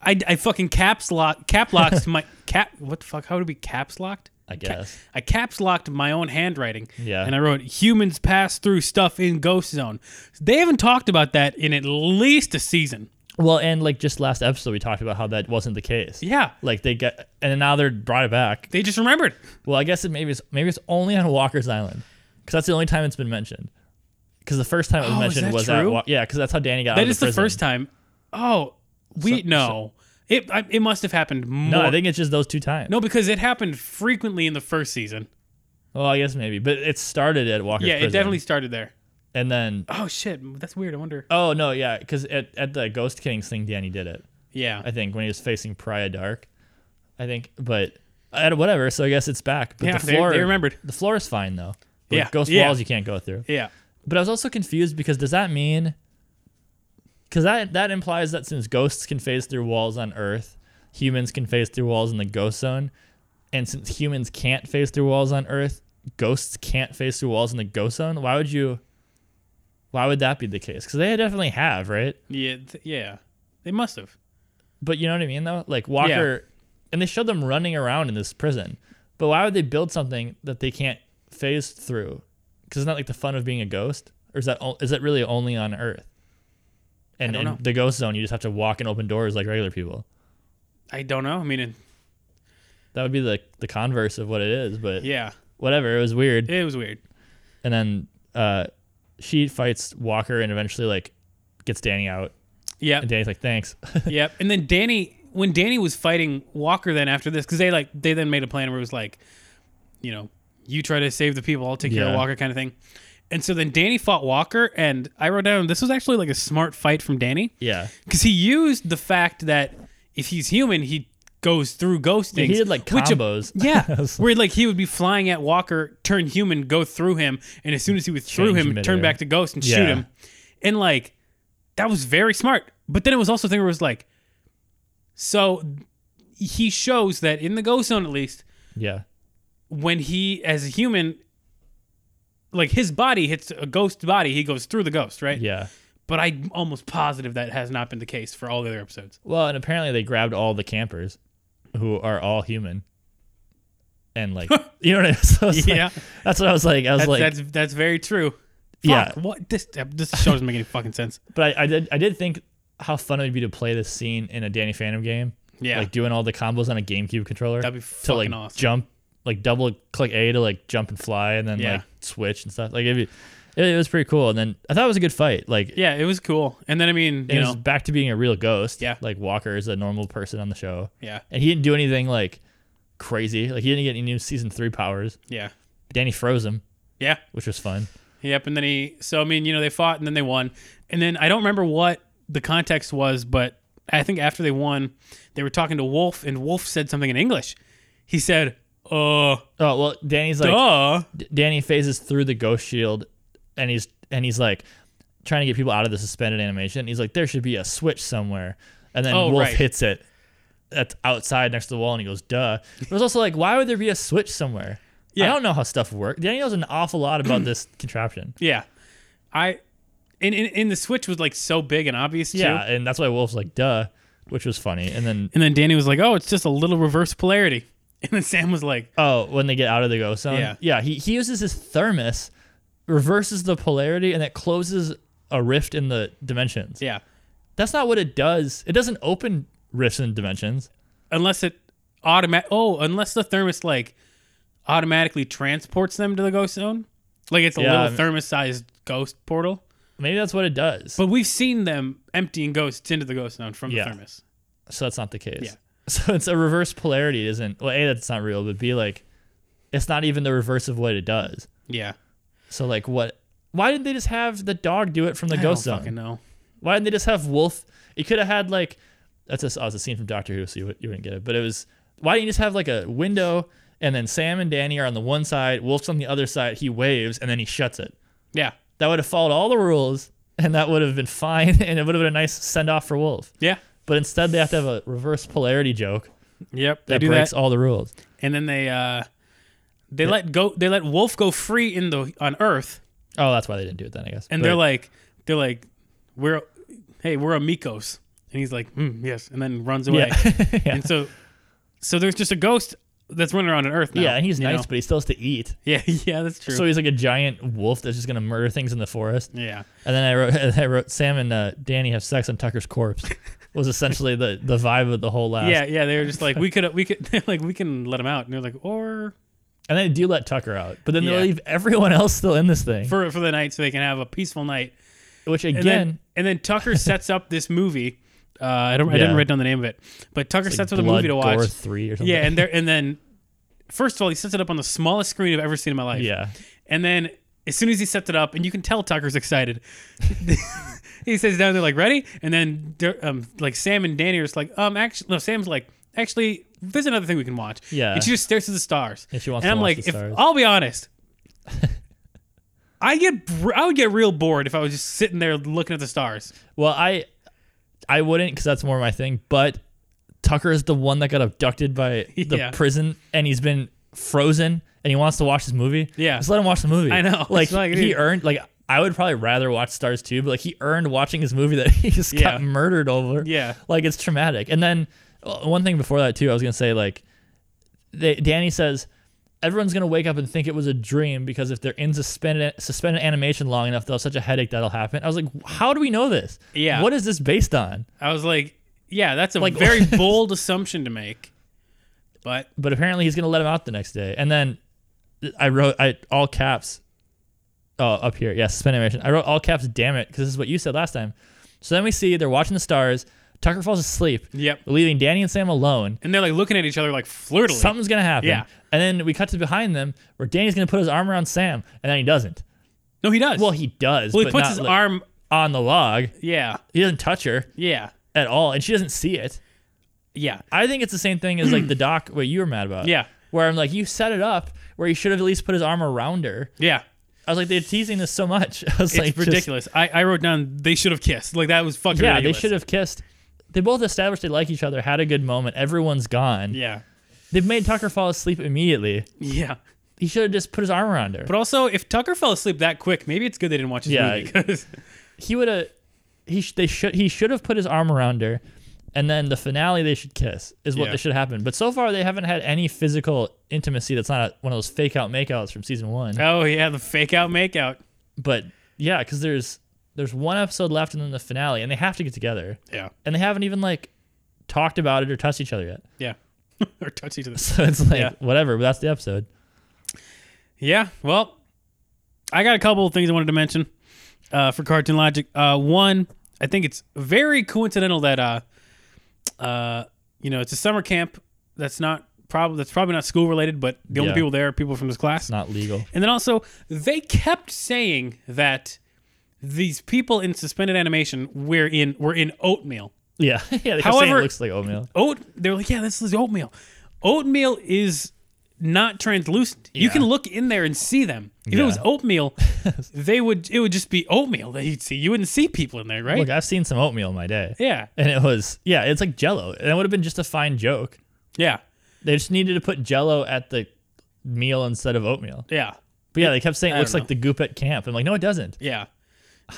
[SPEAKER 2] I, I fucking caps lock cap locked my cap. What the fuck? How would it be caps locked?
[SPEAKER 3] I guess.
[SPEAKER 2] I caps locked my own handwriting.
[SPEAKER 3] Yeah.
[SPEAKER 2] And I wrote, humans pass through stuff in Ghost Zone. They haven't talked about that in at least a season.
[SPEAKER 3] Well, and like just last episode, we talked about how that wasn't the case.
[SPEAKER 2] Yeah.
[SPEAKER 3] Like they got, and now they're brought it back.
[SPEAKER 2] They just remembered.
[SPEAKER 3] Well, I guess it maybe it's maybe it's only on Walker's Island because that's the only time it's been mentioned. Because the first time it was
[SPEAKER 2] Oh, is
[SPEAKER 3] mentioned
[SPEAKER 2] that
[SPEAKER 3] was at
[SPEAKER 2] true?
[SPEAKER 3] Wa- yeah, because that's how Danny got out
[SPEAKER 2] That
[SPEAKER 3] of
[SPEAKER 2] is
[SPEAKER 3] the
[SPEAKER 2] the,
[SPEAKER 3] prison.
[SPEAKER 2] first time. Oh, we no. it I, it must have happened more.
[SPEAKER 3] No, I think it's just those two times.
[SPEAKER 2] no, because it happened frequently in the first season.
[SPEAKER 3] Well, I guess maybe, but it started at Walker's.
[SPEAKER 2] yeah, it
[SPEAKER 3] prison.
[SPEAKER 2] definitely started there.
[SPEAKER 3] And then
[SPEAKER 2] Oh shit, that's weird. I wonder.
[SPEAKER 3] oh no, yeah, because at at the Ghost Kings thing, Danny did it.
[SPEAKER 2] yeah,
[SPEAKER 3] I think when he was facing Pariah Dark, I think, but uh, whatever. So I guess it's back. But
[SPEAKER 2] Yeah,
[SPEAKER 3] the
[SPEAKER 2] they-
[SPEAKER 3] floor,
[SPEAKER 2] they remembered.
[SPEAKER 3] The floor is fine though. But
[SPEAKER 2] Yeah,
[SPEAKER 3] ghost
[SPEAKER 2] yeah.
[SPEAKER 3] walls you can't go through.
[SPEAKER 2] yeah.
[SPEAKER 3] But I was also confused because does that mean? Because that that implies that since ghosts can phase through walls on Earth, humans can phase through walls in the ghost zone, and since humans can't phase through walls on Earth, ghosts can't phase through walls in the ghost zone. Why would you? Why would that be the case? Because they definitely have, right?
[SPEAKER 2] Yeah, th- yeah. They must have.
[SPEAKER 3] But you know what I mean, though. Like Walker, and they showed them running around in this prison. But why would they build something that they can't phase through? Because it's not like the fun of being a ghost, or is that o- is that really only on Earth? And
[SPEAKER 2] don't
[SPEAKER 3] in
[SPEAKER 2] know.
[SPEAKER 3] the ghost zone, you just have to walk and open doors like regular people.
[SPEAKER 2] I don't know. I mean, it,
[SPEAKER 3] That would be the the converse of what it is. But
[SPEAKER 2] yeah,
[SPEAKER 3] whatever, it was weird.
[SPEAKER 2] it was weird.
[SPEAKER 3] And then uh, she fights Walker and eventually like gets Danny out.
[SPEAKER 2] Yeah,
[SPEAKER 3] And Danny's like, "Thanks."
[SPEAKER 2] yep. And then Danny, when Danny was fighting Walker, then after this, because they like they then made a plan where it was like, you know, you try to save the people, I'll take care of
[SPEAKER 3] Yeah.
[SPEAKER 2] Walker, kind of thing. And so then Danny fought Walker, and I wrote down this was actually like a smart fight from Danny
[SPEAKER 3] yeah.
[SPEAKER 2] because he used the fact that if he's human, he goes through ghost things.
[SPEAKER 3] He did like
[SPEAKER 2] which-
[SPEAKER 3] combos.
[SPEAKER 2] Yeah, where like he would be flying at Walker, turn human, go through him, and as soon as he was through
[SPEAKER 3] Change
[SPEAKER 2] him,
[SPEAKER 3] midair.
[SPEAKER 2] turn back to ghost and shoot
[SPEAKER 3] Yeah.
[SPEAKER 2] him, and like that was very smart. But then it was also a thing where it was like, so he shows that in the ghost zone at least,
[SPEAKER 3] yeah.
[SPEAKER 2] when he as a human, like his body hits a ghost body, he goes through the ghost, right?
[SPEAKER 3] Yeah.
[SPEAKER 2] But I'm almost positive that has not been the case for all the other episodes.
[SPEAKER 3] Well, and apparently they grabbed all the campers who are all human. And like you know what I mean? So I was like-
[SPEAKER 2] Yeah.
[SPEAKER 3] that's what I was like. I was
[SPEAKER 2] That's
[SPEAKER 3] like
[SPEAKER 2] that's, that's very true.
[SPEAKER 3] Yeah.
[SPEAKER 2] Fuck, What this this show doesn't make any fucking sense.
[SPEAKER 3] but I, I did I did think how fun it would be to play this scene in a Danny Phantom game.
[SPEAKER 2] Yeah.
[SPEAKER 3] Like doing all the combos on a GameCube controller.
[SPEAKER 2] That'd be
[SPEAKER 3] to like
[SPEAKER 2] fucking awesome.
[SPEAKER 3] jump like double click A to like jump and fly and then
[SPEAKER 2] Yeah.
[SPEAKER 3] like switch and stuff. Like it'd be, it, it was pretty cool. And then I thought it was a good fight. Like
[SPEAKER 2] Yeah, it was cool. And then I mean,
[SPEAKER 3] it
[SPEAKER 2] you
[SPEAKER 3] was
[SPEAKER 2] know,
[SPEAKER 3] back to being a real ghost.
[SPEAKER 2] Yeah.
[SPEAKER 3] Like Walker is a normal person on the show.
[SPEAKER 2] yeah,
[SPEAKER 3] And he didn't do anything like crazy. Like he didn't get any new season three powers.
[SPEAKER 2] yeah,
[SPEAKER 3] Danny froze him,
[SPEAKER 2] yeah,
[SPEAKER 3] which was fun.
[SPEAKER 2] yep. And then he, so I mean, you know, they fought and then they won. And then I don't remember what the context was, but I think after they won, they were talking to Wolf, and Wolf said something in English. He said, "Uh,
[SPEAKER 3] Oh well, Danny's like
[SPEAKER 2] duh."
[SPEAKER 3] D- Danny phases through the ghost shield, and he's and he's like trying to get people out of the suspended animation. He's like, there should be a switch somewhere, and then
[SPEAKER 2] Oh,
[SPEAKER 3] Wolf
[SPEAKER 2] right.
[SPEAKER 3] hits it. That's outside next to the wall, and he goes, "Duh." But it was also like, why would there be a switch somewhere?
[SPEAKER 2] Yeah.
[SPEAKER 3] I don't know how stuff works. Danny knows an awful lot about this contraption.
[SPEAKER 2] Yeah, I, and, and and the switch was like so big and obvious too.
[SPEAKER 3] Yeah, and that's why Wolf's like, "Duh," which was funny. And then
[SPEAKER 2] And then Danny was like, "Oh, it's just a little reverse polarity." And then Sam was like,
[SPEAKER 3] Oh, when they get out of the ghost zone.
[SPEAKER 2] Yeah.
[SPEAKER 3] he, he uses his thermos, reverses the polarity, and it closes a rift in the dimensions.
[SPEAKER 2] "Yeah,
[SPEAKER 3] That's not what it does. It doesn't open rifts in dimensions.
[SPEAKER 2] unless it automatic oh unless the thermos like automatically transports them to the ghost zone like it's a
[SPEAKER 3] Yeah, I
[SPEAKER 2] little
[SPEAKER 3] mean-
[SPEAKER 2] thermos sized ghost portal
[SPEAKER 3] Maybe that's what it does.
[SPEAKER 2] but we've seen them emptying ghosts into the ghost zone from
[SPEAKER 3] Yeah.
[SPEAKER 2] the thermos
[SPEAKER 3] so that's not the case.
[SPEAKER 2] Yeah.
[SPEAKER 3] So it's a reverse polarity. It isn't well, A, that's not real, but B like it's not even the reverse of what it does.
[SPEAKER 2] yeah
[SPEAKER 3] So like what why didn't they just have the dog do it from the
[SPEAKER 2] I
[SPEAKER 3] ghost
[SPEAKER 2] don't
[SPEAKER 3] zone?
[SPEAKER 2] fucking know
[SPEAKER 3] Why didn't they just have Wolf? It could have had like that's a, oh, it's a scene from Doctor Who, so you, would- you wouldn't get it. But it was why didn't you just have like a window and then Sam and Danny are on the one side, Wolf's on the other side. He waves and then he shuts it.
[SPEAKER 2] yeah
[SPEAKER 3] That would have followed all the rules and that would have been fine and it would have been a nice send off for Wolf.
[SPEAKER 2] yeah
[SPEAKER 3] But instead, they have to have a reverse polarity joke
[SPEAKER 2] yep they
[SPEAKER 3] that
[SPEAKER 2] do
[SPEAKER 3] breaks
[SPEAKER 2] that
[SPEAKER 3] all the rules.
[SPEAKER 2] and then they uh they let go they let wolf go free in the on earth
[SPEAKER 3] Oh, that's why they didn't do it then, I guess.
[SPEAKER 2] and
[SPEAKER 3] But-
[SPEAKER 2] they're like they're like we're hey we're amigos "Hmm, and he's like mm, yes and then runs away
[SPEAKER 3] yeah. yeah.
[SPEAKER 2] And so so there's just a ghost that's running around on Earth now.
[SPEAKER 3] yeah, and he's
[SPEAKER 2] you
[SPEAKER 3] nice,
[SPEAKER 2] know?
[SPEAKER 3] but he still has to eat.
[SPEAKER 2] Yeah, yeah, that's true.
[SPEAKER 3] So he's like a giant wolf that's just gonna murder things in the forest.
[SPEAKER 2] yeah.
[SPEAKER 3] And then I wrote, I wrote, Sam and uh, Danny have sex on Tucker's corpse. was essentially the the vibe of the whole last.
[SPEAKER 2] Yeah, yeah, they were just like we could, we could, they're like we can let him out, and they're like, or
[SPEAKER 3] And they do let Tucker out, but then
[SPEAKER 2] Yeah.
[SPEAKER 3] they leave everyone else still in this thing.
[SPEAKER 2] for for the night, so they can have a peaceful night.
[SPEAKER 3] which again,
[SPEAKER 2] And then and then Tucker sets up this movie. Uh, I don't, I
[SPEAKER 3] Yeah.
[SPEAKER 2] didn't write down the name of it, but Tucker sets up the
[SPEAKER 3] Blood
[SPEAKER 2] movie to watch.
[SPEAKER 3] Gore three or something.
[SPEAKER 2] Yeah, and there and then first of all, he sets it up on the smallest screen I've ever seen in my life.
[SPEAKER 3] yeah.
[SPEAKER 2] And then as soon as he sets it up, and you can tell Tucker's excited. he sits down there like ready, and then Der- um, like Sam and Danny are just like um actually no Sam's like actually there's another thing we can watch.
[SPEAKER 3] Yeah.
[SPEAKER 2] and she just stares to the stars.
[SPEAKER 3] Yeah, she wants
[SPEAKER 2] and
[SPEAKER 3] to
[SPEAKER 2] I'm
[SPEAKER 3] watch
[SPEAKER 2] like,
[SPEAKER 3] the stars.
[SPEAKER 2] if I'll be honest. I get br- I would get real bored if I was just sitting there looking at the stars.
[SPEAKER 3] Well, I I wouldn't because that's more my thing. But Tucker is the one that got abducted by the
[SPEAKER 2] Yeah.
[SPEAKER 3] prison, and he's been frozen, and he wants to watch this movie.
[SPEAKER 2] Yeah.
[SPEAKER 3] just let him watch the movie.
[SPEAKER 2] I know.
[SPEAKER 3] Like
[SPEAKER 2] It's like,
[SPEAKER 3] he
[SPEAKER 2] dude.
[SPEAKER 3] earned like. I would probably rather watch Stars 2, but like he earned watching his movie that he just
[SPEAKER 2] Yeah.
[SPEAKER 3] got murdered over.
[SPEAKER 2] Yeah.
[SPEAKER 3] Like it's traumatic. And then uh, one thing before that too, I was going to say like they, Danny says everyone's gonna wake up and think it was a dream because if they're in suspended suspended animation long enough, they'll have such a headache that'll happen. I was like, how do we know this?
[SPEAKER 2] Yeah.
[SPEAKER 3] what is this based on?
[SPEAKER 2] I was like, yeah, that's a
[SPEAKER 3] Like-
[SPEAKER 2] very bold assumption to make. But
[SPEAKER 3] But apparently, he's gonna let him out the next day. And then I wrote I all caps. Oh, up here, yeah, suspended animation. I wrote all caps. Damn it, because this is what you said last time. So then we see they're watching the stars. Tucker falls asleep.
[SPEAKER 2] Yep.
[SPEAKER 3] leaving Danny and Sam alone.
[SPEAKER 2] and they're like looking at each other like flirtily.
[SPEAKER 3] Something's gonna happen.
[SPEAKER 2] Yeah.
[SPEAKER 3] And then we cut to behind them where Danny's gonna put his arm around Sam, and then he doesn't.
[SPEAKER 2] no, he does.
[SPEAKER 3] Well, he does.
[SPEAKER 2] Well, he
[SPEAKER 3] but
[SPEAKER 2] puts
[SPEAKER 3] not,
[SPEAKER 2] his
[SPEAKER 3] like,
[SPEAKER 2] arm.
[SPEAKER 3] on the log.
[SPEAKER 2] Yeah,
[SPEAKER 3] He doesn't touch her
[SPEAKER 2] yeah,
[SPEAKER 3] at all, and she doesn't see it.
[SPEAKER 2] yeah,
[SPEAKER 3] I think it's the same thing as like the doc, what you were mad about.
[SPEAKER 2] Yeah.
[SPEAKER 3] Where I'm like, you set it up where he should have at least put his arm around her.
[SPEAKER 2] yeah.
[SPEAKER 3] I was like, they're teasing this so much. I was
[SPEAKER 2] It's
[SPEAKER 3] like, just-
[SPEAKER 2] ridiculous. I, I wrote down they should have kissed. Like that was fucking
[SPEAKER 3] yeah,
[SPEAKER 2] ridiculous.
[SPEAKER 3] they should have kissed. They both established they like each other, had a good moment. Everyone's gone.
[SPEAKER 2] Yeah,
[SPEAKER 3] They've made Tucker fall asleep immediately.
[SPEAKER 2] yeah.
[SPEAKER 3] He should have just put his arm around her.
[SPEAKER 2] But also, if Tucker fell asleep that quick, maybe it's good they didn't watch his
[SPEAKER 3] Yeah.
[SPEAKER 2] movie. 'cause-
[SPEAKER 3] he would have he sh- they should he should have put his arm around her and then the finale they should kiss is what
[SPEAKER 2] Yeah.
[SPEAKER 3] they should happen but so far they haven't had any physical intimacy that's not one of those fake out makeouts from season one
[SPEAKER 2] oh yeah, the fake out make out.
[SPEAKER 3] but yeah because there's there's one episode left and then the finale and they have to get together
[SPEAKER 2] Yeah,
[SPEAKER 3] and they haven't even like talked about it or touched each other yet
[SPEAKER 2] yeah. or touch each other.
[SPEAKER 3] so it's like
[SPEAKER 2] Yeah.
[SPEAKER 3] whatever but that's the episode
[SPEAKER 2] Yeah, well, I got a couple of things I wanted to mention uh, for Cartoon Logic. Uh, one, I think it's very coincidental that uh, uh, you know it's a summer camp that's not probably that's probably not school related, but the only
[SPEAKER 3] Yeah.
[SPEAKER 2] people there are people from this class.
[SPEAKER 3] it's not legal
[SPEAKER 2] And then also they kept saying that these people in suspended animation were in were in oatmeal.
[SPEAKER 3] yeah yeah they kept saying
[SPEAKER 2] However-
[SPEAKER 3] it looks like oatmeal
[SPEAKER 2] Oat they're like, yeah, this is oatmeal. Oatmeal is not translucent. You can look in there and see them. If it was
[SPEAKER 3] Yeah.
[SPEAKER 2] oatmeal, they would it would just be oatmeal that you'd see. You wouldn't see people in there, right?
[SPEAKER 3] look i've seen some oatmeal in my day
[SPEAKER 2] yeah.
[SPEAKER 3] and it was yeah it's like jello and it would have been just a fine joke
[SPEAKER 2] Yeah.
[SPEAKER 3] They just needed to put Jello at the meal instead of oatmeal.
[SPEAKER 2] Yeah.
[SPEAKER 3] But yeah, they kept saying
[SPEAKER 2] I
[SPEAKER 3] it looks
[SPEAKER 2] don't
[SPEAKER 3] like the goop at camp. I'm like, no, it doesn't.
[SPEAKER 2] Yeah.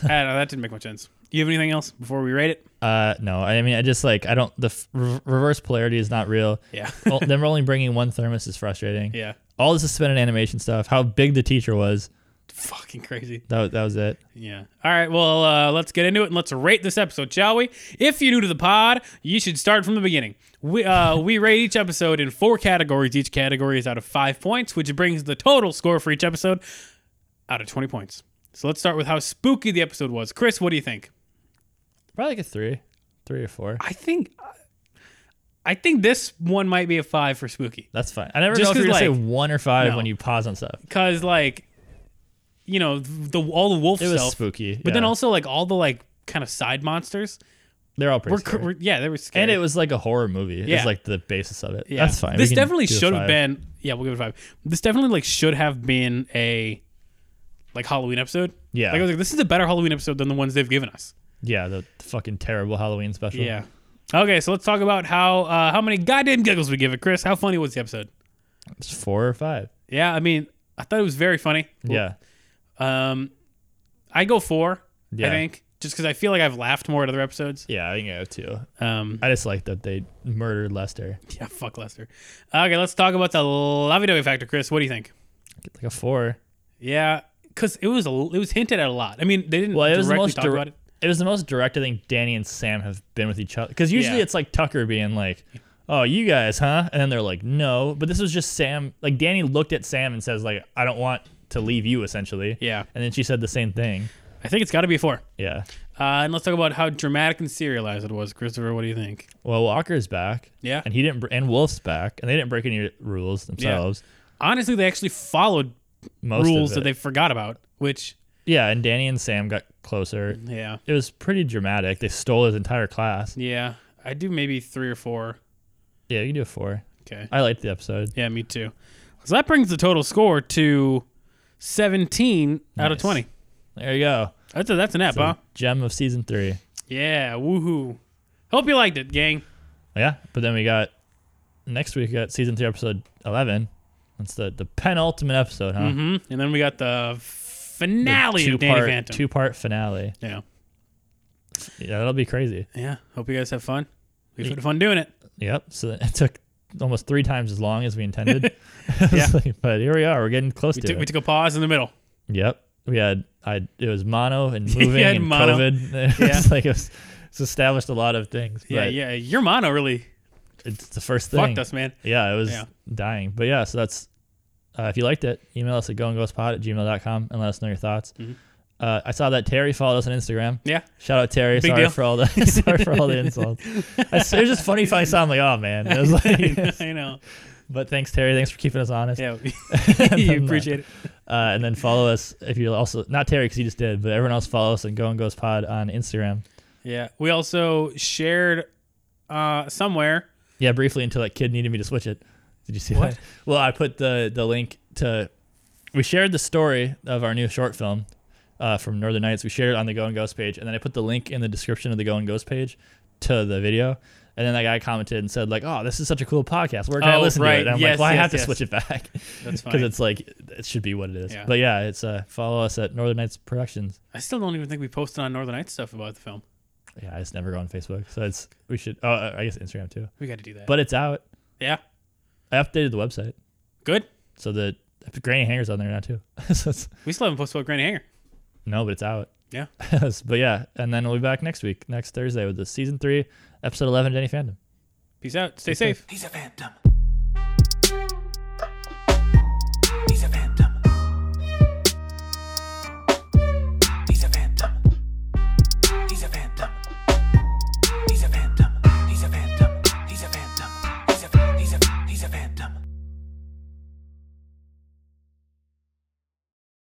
[SPEAKER 2] I don't know, that didn't make much sense. You have anything else before we rate it?
[SPEAKER 3] Uh, no, I mean, I just like I don't. The f- re- reverse polarity is not real.
[SPEAKER 2] Yeah.
[SPEAKER 3] Well, them only bringing one thermos is frustrating.
[SPEAKER 2] Yeah.
[SPEAKER 3] All the suspended animation stuff. How big the teacher was.
[SPEAKER 2] Fucking crazy.
[SPEAKER 3] That wa- that was it.
[SPEAKER 2] Yeah. All right. Well, uh, let's get into it and let's rate this episode, shall we? If you're new to the pod, you should start from the beginning. We uh, we rate each episode in four categories. Each category is out of five points, which brings the total score for each episode out of twenty points. So let's start with how spooky the episode was. Chris, what do you think?
[SPEAKER 3] Probably like a three, three or four.
[SPEAKER 2] I think I think this one might be a five for spooky.
[SPEAKER 3] That's fine. I never
[SPEAKER 2] Just
[SPEAKER 3] know if you're
[SPEAKER 2] 'cause,
[SPEAKER 3] gonna say
[SPEAKER 2] like-
[SPEAKER 3] one or five
[SPEAKER 2] No.
[SPEAKER 3] when you pause on stuff.
[SPEAKER 2] because like you know the all the wolf
[SPEAKER 3] It was
[SPEAKER 2] stuff,
[SPEAKER 3] spooky,
[SPEAKER 2] but then
[SPEAKER 3] yeah.
[SPEAKER 2] also like all the like kind of side monsters
[SPEAKER 3] They're all
[SPEAKER 2] were,
[SPEAKER 3] pretty.
[SPEAKER 2] cr-
[SPEAKER 3] scary.
[SPEAKER 2] were yeah they were scary
[SPEAKER 3] and it was like a horror movie.
[SPEAKER 2] Yeah.
[SPEAKER 3] It's like the basis of it.
[SPEAKER 2] yeah.
[SPEAKER 3] That's fine. We
[SPEAKER 2] This
[SPEAKER 3] can
[SPEAKER 2] definitely
[SPEAKER 3] do a
[SPEAKER 2] should have
[SPEAKER 3] five.
[SPEAKER 2] been yeah we'll give it a five. This definitely like should have been a like Halloween episode.
[SPEAKER 3] Yeah.
[SPEAKER 2] like I was like this is a better Halloween episode than the ones they've given us.
[SPEAKER 3] Yeah, the fucking terrible Halloween special.
[SPEAKER 2] Yeah. Okay, so let's talk about how uh, how many goddamn giggles we give it, Chris. How funny was the episode?
[SPEAKER 3] It's four or five.
[SPEAKER 2] Yeah, I mean, I thought it was very funny.
[SPEAKER 3] Yeah.
[SPEAKER 2] Um, I go four. I
[SPEAKER 3] Yeah.
[SPEAKER 2] think just because I feel like I've laughed more at other episodes.
[SPEAKER 3] Yeah, I think I have too.
[SPEAKER 2] Um,
[SPEAKER 3] I just like that they murdered Lester.
[SPEAKER 2] yeah, fuck Lester. Okay, let's talk about the lovey-dovey factor, Chris. What do you think?
[SPEAKER 3] Like a four.
[SPEAKER 2] Yeah, because it was a, it was hinted at a lot. I mean, they didn't
[SPEAKER 3] Well, it was the
[SPEAKER 2] directly
[SPEAKER 3] most
[SPEAKER 2] talk
[SPEAKER 3] dir-
[SPEAKER 2] about it.
[SPEAKER 3] it was the most direct I think Danny and Sam have been with each other. Because usually
[SPEAKER 2] Yeah.
[SPEAKER 3] it's like Tucker being like, "Oh, you guys, huh?" And then they're like, "No," but this was just Sam. Like Danny looked at Sam and says, "Like I don't want to leave you," essentially.
[SPEAKER 2] Yeah.
[SPEAKER 3] And then she said the same thing.
[SPEAKER 2] I think it's got to be a four.
[SPEAKER 3] Yeah.
[SPEAKER 2] Uh, and let's talk about how dramatic and serialized it was, Christopher. What do you think?
[SPEAKER 3] Well, Walker's back.
[SPEAKER 2] Yeah.
[SPEAKER 3] And he didn't. br- And Wolf's back, and they didn't break any rules themselves.
[SPEAKER 2] Honestly, they actually followed
[SPEAKER 3] Most
[SPEAKER 2] rules
[SPEAKER 3] of
[SPEAKER 2] that
[SPEAKER 3] it.
[SPEAKER 2] they forgot about, which
[SPEAKER 3] Yeah, and Danny and Sam got closer.
[SPEAKER 2] yeah,
[SPEAKER 3] It was pretty dramatic. They stole his entire class.
[SPEAKER 2] yeah, I do maybe three or four.
[SPEAKER 3] Yeah, you can do a four.
[SPEAKER 2] Okay,
[SPEAKER 3] I liked the episode.
[SPEAKER 2] yeah, me too. So that brings the total score to seventeen out of
[SPEAKER 3] Nice.
[SPEAKER 2] twenty.
[SPEAKER 3] There you go.
[SPEAKER 2] That's a, that's an app, huh?
[SPEAKER 3] Gem of season three.
[SPEAKER 2] Yeah, woohoo! Hope you liked it, gang.
[SPEAKER 3] Yeah, but then we got next week. We got season three, episode eleven. That's the the penultimate episode, huh?
[SPEAKER 2] hmm And then we got the finale
[SPEAKER 3] Two
[SPEAKER 2] of Danny
[SPEAKER 3] part
[SPEAKER 2] Phantom.
[SPEAKER 3] two part finale.
[SPEAKER 2] Yeah,
[SPEAKER 3] Yeah, that'll be crazy.
[SPEAKER 2] yeah. Hope you guys have fun. We've had fun doing it.
[SPEAKER 3] Yep. So it took almost three times as long as we intended.
[SPEAKER 2] Yeah.
[SPEAKER 3] but here we are. We're getting close
[SPEAKER 2] We
[SPEAKER 3] to
[SPEAKER 2] took,
[SPEAKER 3] it.
[SPEAKER 2] we took a pause in the middle.
[SPEAKER 3] yep. We had I. It was mono and moving
[SPEAKER 2] had
[SPEAKER 3] and
[SPEAKER 2] mono.
[SPEAKER 3] COVID. It was like it was, it's established a lot of things.
[SPEAKER 2] Yeah,
[SPEAKER 3] but
[SPEAKER 2] yeah. Your mono really
[SPEAKER 3] It's the first thing.
[SPEAKER 2] fucked us, man.
[SPEAKER 3] Yeah, it was
[SPEAKER 2] Yeah.
[SPEAKER 3] dying. But yeah, so that's uh, if you liked it, email us at goandghostpod at gmail.com and let us know your thoughts.
[SPEAKER 2] Mm-hmm.
[SPEAKER 3] Uh, I saw that Terry followed us on Instagram.
[SPEAKER 2] Yeah.
[SPEAKER 3] Shout out Terry.
[SPEAKER 2] Big
[SPEAKER 3] sorry
[SPEAKER 2] deal.
[SPEAKER 3] for all the sorry for all the insults. I, s- it was just funny if I saw him like, oh man. It was like,
[SPEAKER 2] I know.
[SPEAKER 3] but thanks Terry. Thanks for keeping us honest.
[SPEAKER 2] Yeah,
[SPEAKER 3] I'm
[SPEAKER 2] you
[SPEAKER 3] not.
[SPEAKER 2] appreciate it.
[SPEAKER 3] Uh, and then follow us if you also not Terry because he just did, but everyone else follow us on Go and Ghost Pod on Instagram.
[SPEAKER 2] Yeah, we also shared uh, somewhere.
[SPEAKER 3] Yeah, briefly until that kid needed me to switch it. Did you see
[SPEAKER 2] What?
[SPEAKER 3] that? Well, I put the the link to. We shared the story of our new short film uh, from Northern Nights. We shared it on the Go and Ghost page, and then I put the link in the description of the Go and Ghost page to the video. And then that guy commented and said like, "Oh, this is such a cool podcast. Where can I
[SPEAKER 2] Oh,
[SPEAKER 3] listen to
[SPEAKER 2] right.
[SPEAKER 3] it?" And I'm
[SPEAKER 2] Yes,
[SPEAKER 3] like, "Well, I
[SPEAKER 2] yes,
[SPEAKER 3] have to
[SPEAKER 2] yes.
[SPEAKER 3] switch it back
[SPEAKER 2] That's
[SPEAKER 3] because
[SPEAKER 2] fine.
[SPEAKER 3] it's like it should be what it is."
[SPEAKER 2] Yeah.
[SPEAKER 3] But yeah, it's uh, follow us at Northern Nights Productions.
[SPEAKER 2] I still don't even think we posted on Northern Nights stuff about the film.
[SPEAKER 3] Yeah, I just never go on Facebook, so it's we should. Oh, I guess Instagram too.
[SPEAKER 2] We got to do that.
[SPEAKER 3] But it's out.
[SPEAKER 2] yeah,
[SPEAKER 3] I updated the website.
[SPEAKER 2] good.
[SPEAKER 3] So the Granny Hanger's on there now too. so it's,
[SPEAKER 2] We still haven't posted about Granny Hanger.
[SPEAKER 3] no, but it's out.
[SPEAKER 2] Yeah.
[SPEAKER 3] but yeah, and then we'll be back next week, next Thursday with the season three, episode eleven, Danny Fandom.
[SPEAKER 2] Peace out. Stay
[SPEAKER 3] safe.
[SPEAKER 2] safe.
[SPEAKER 1] He's a phantom.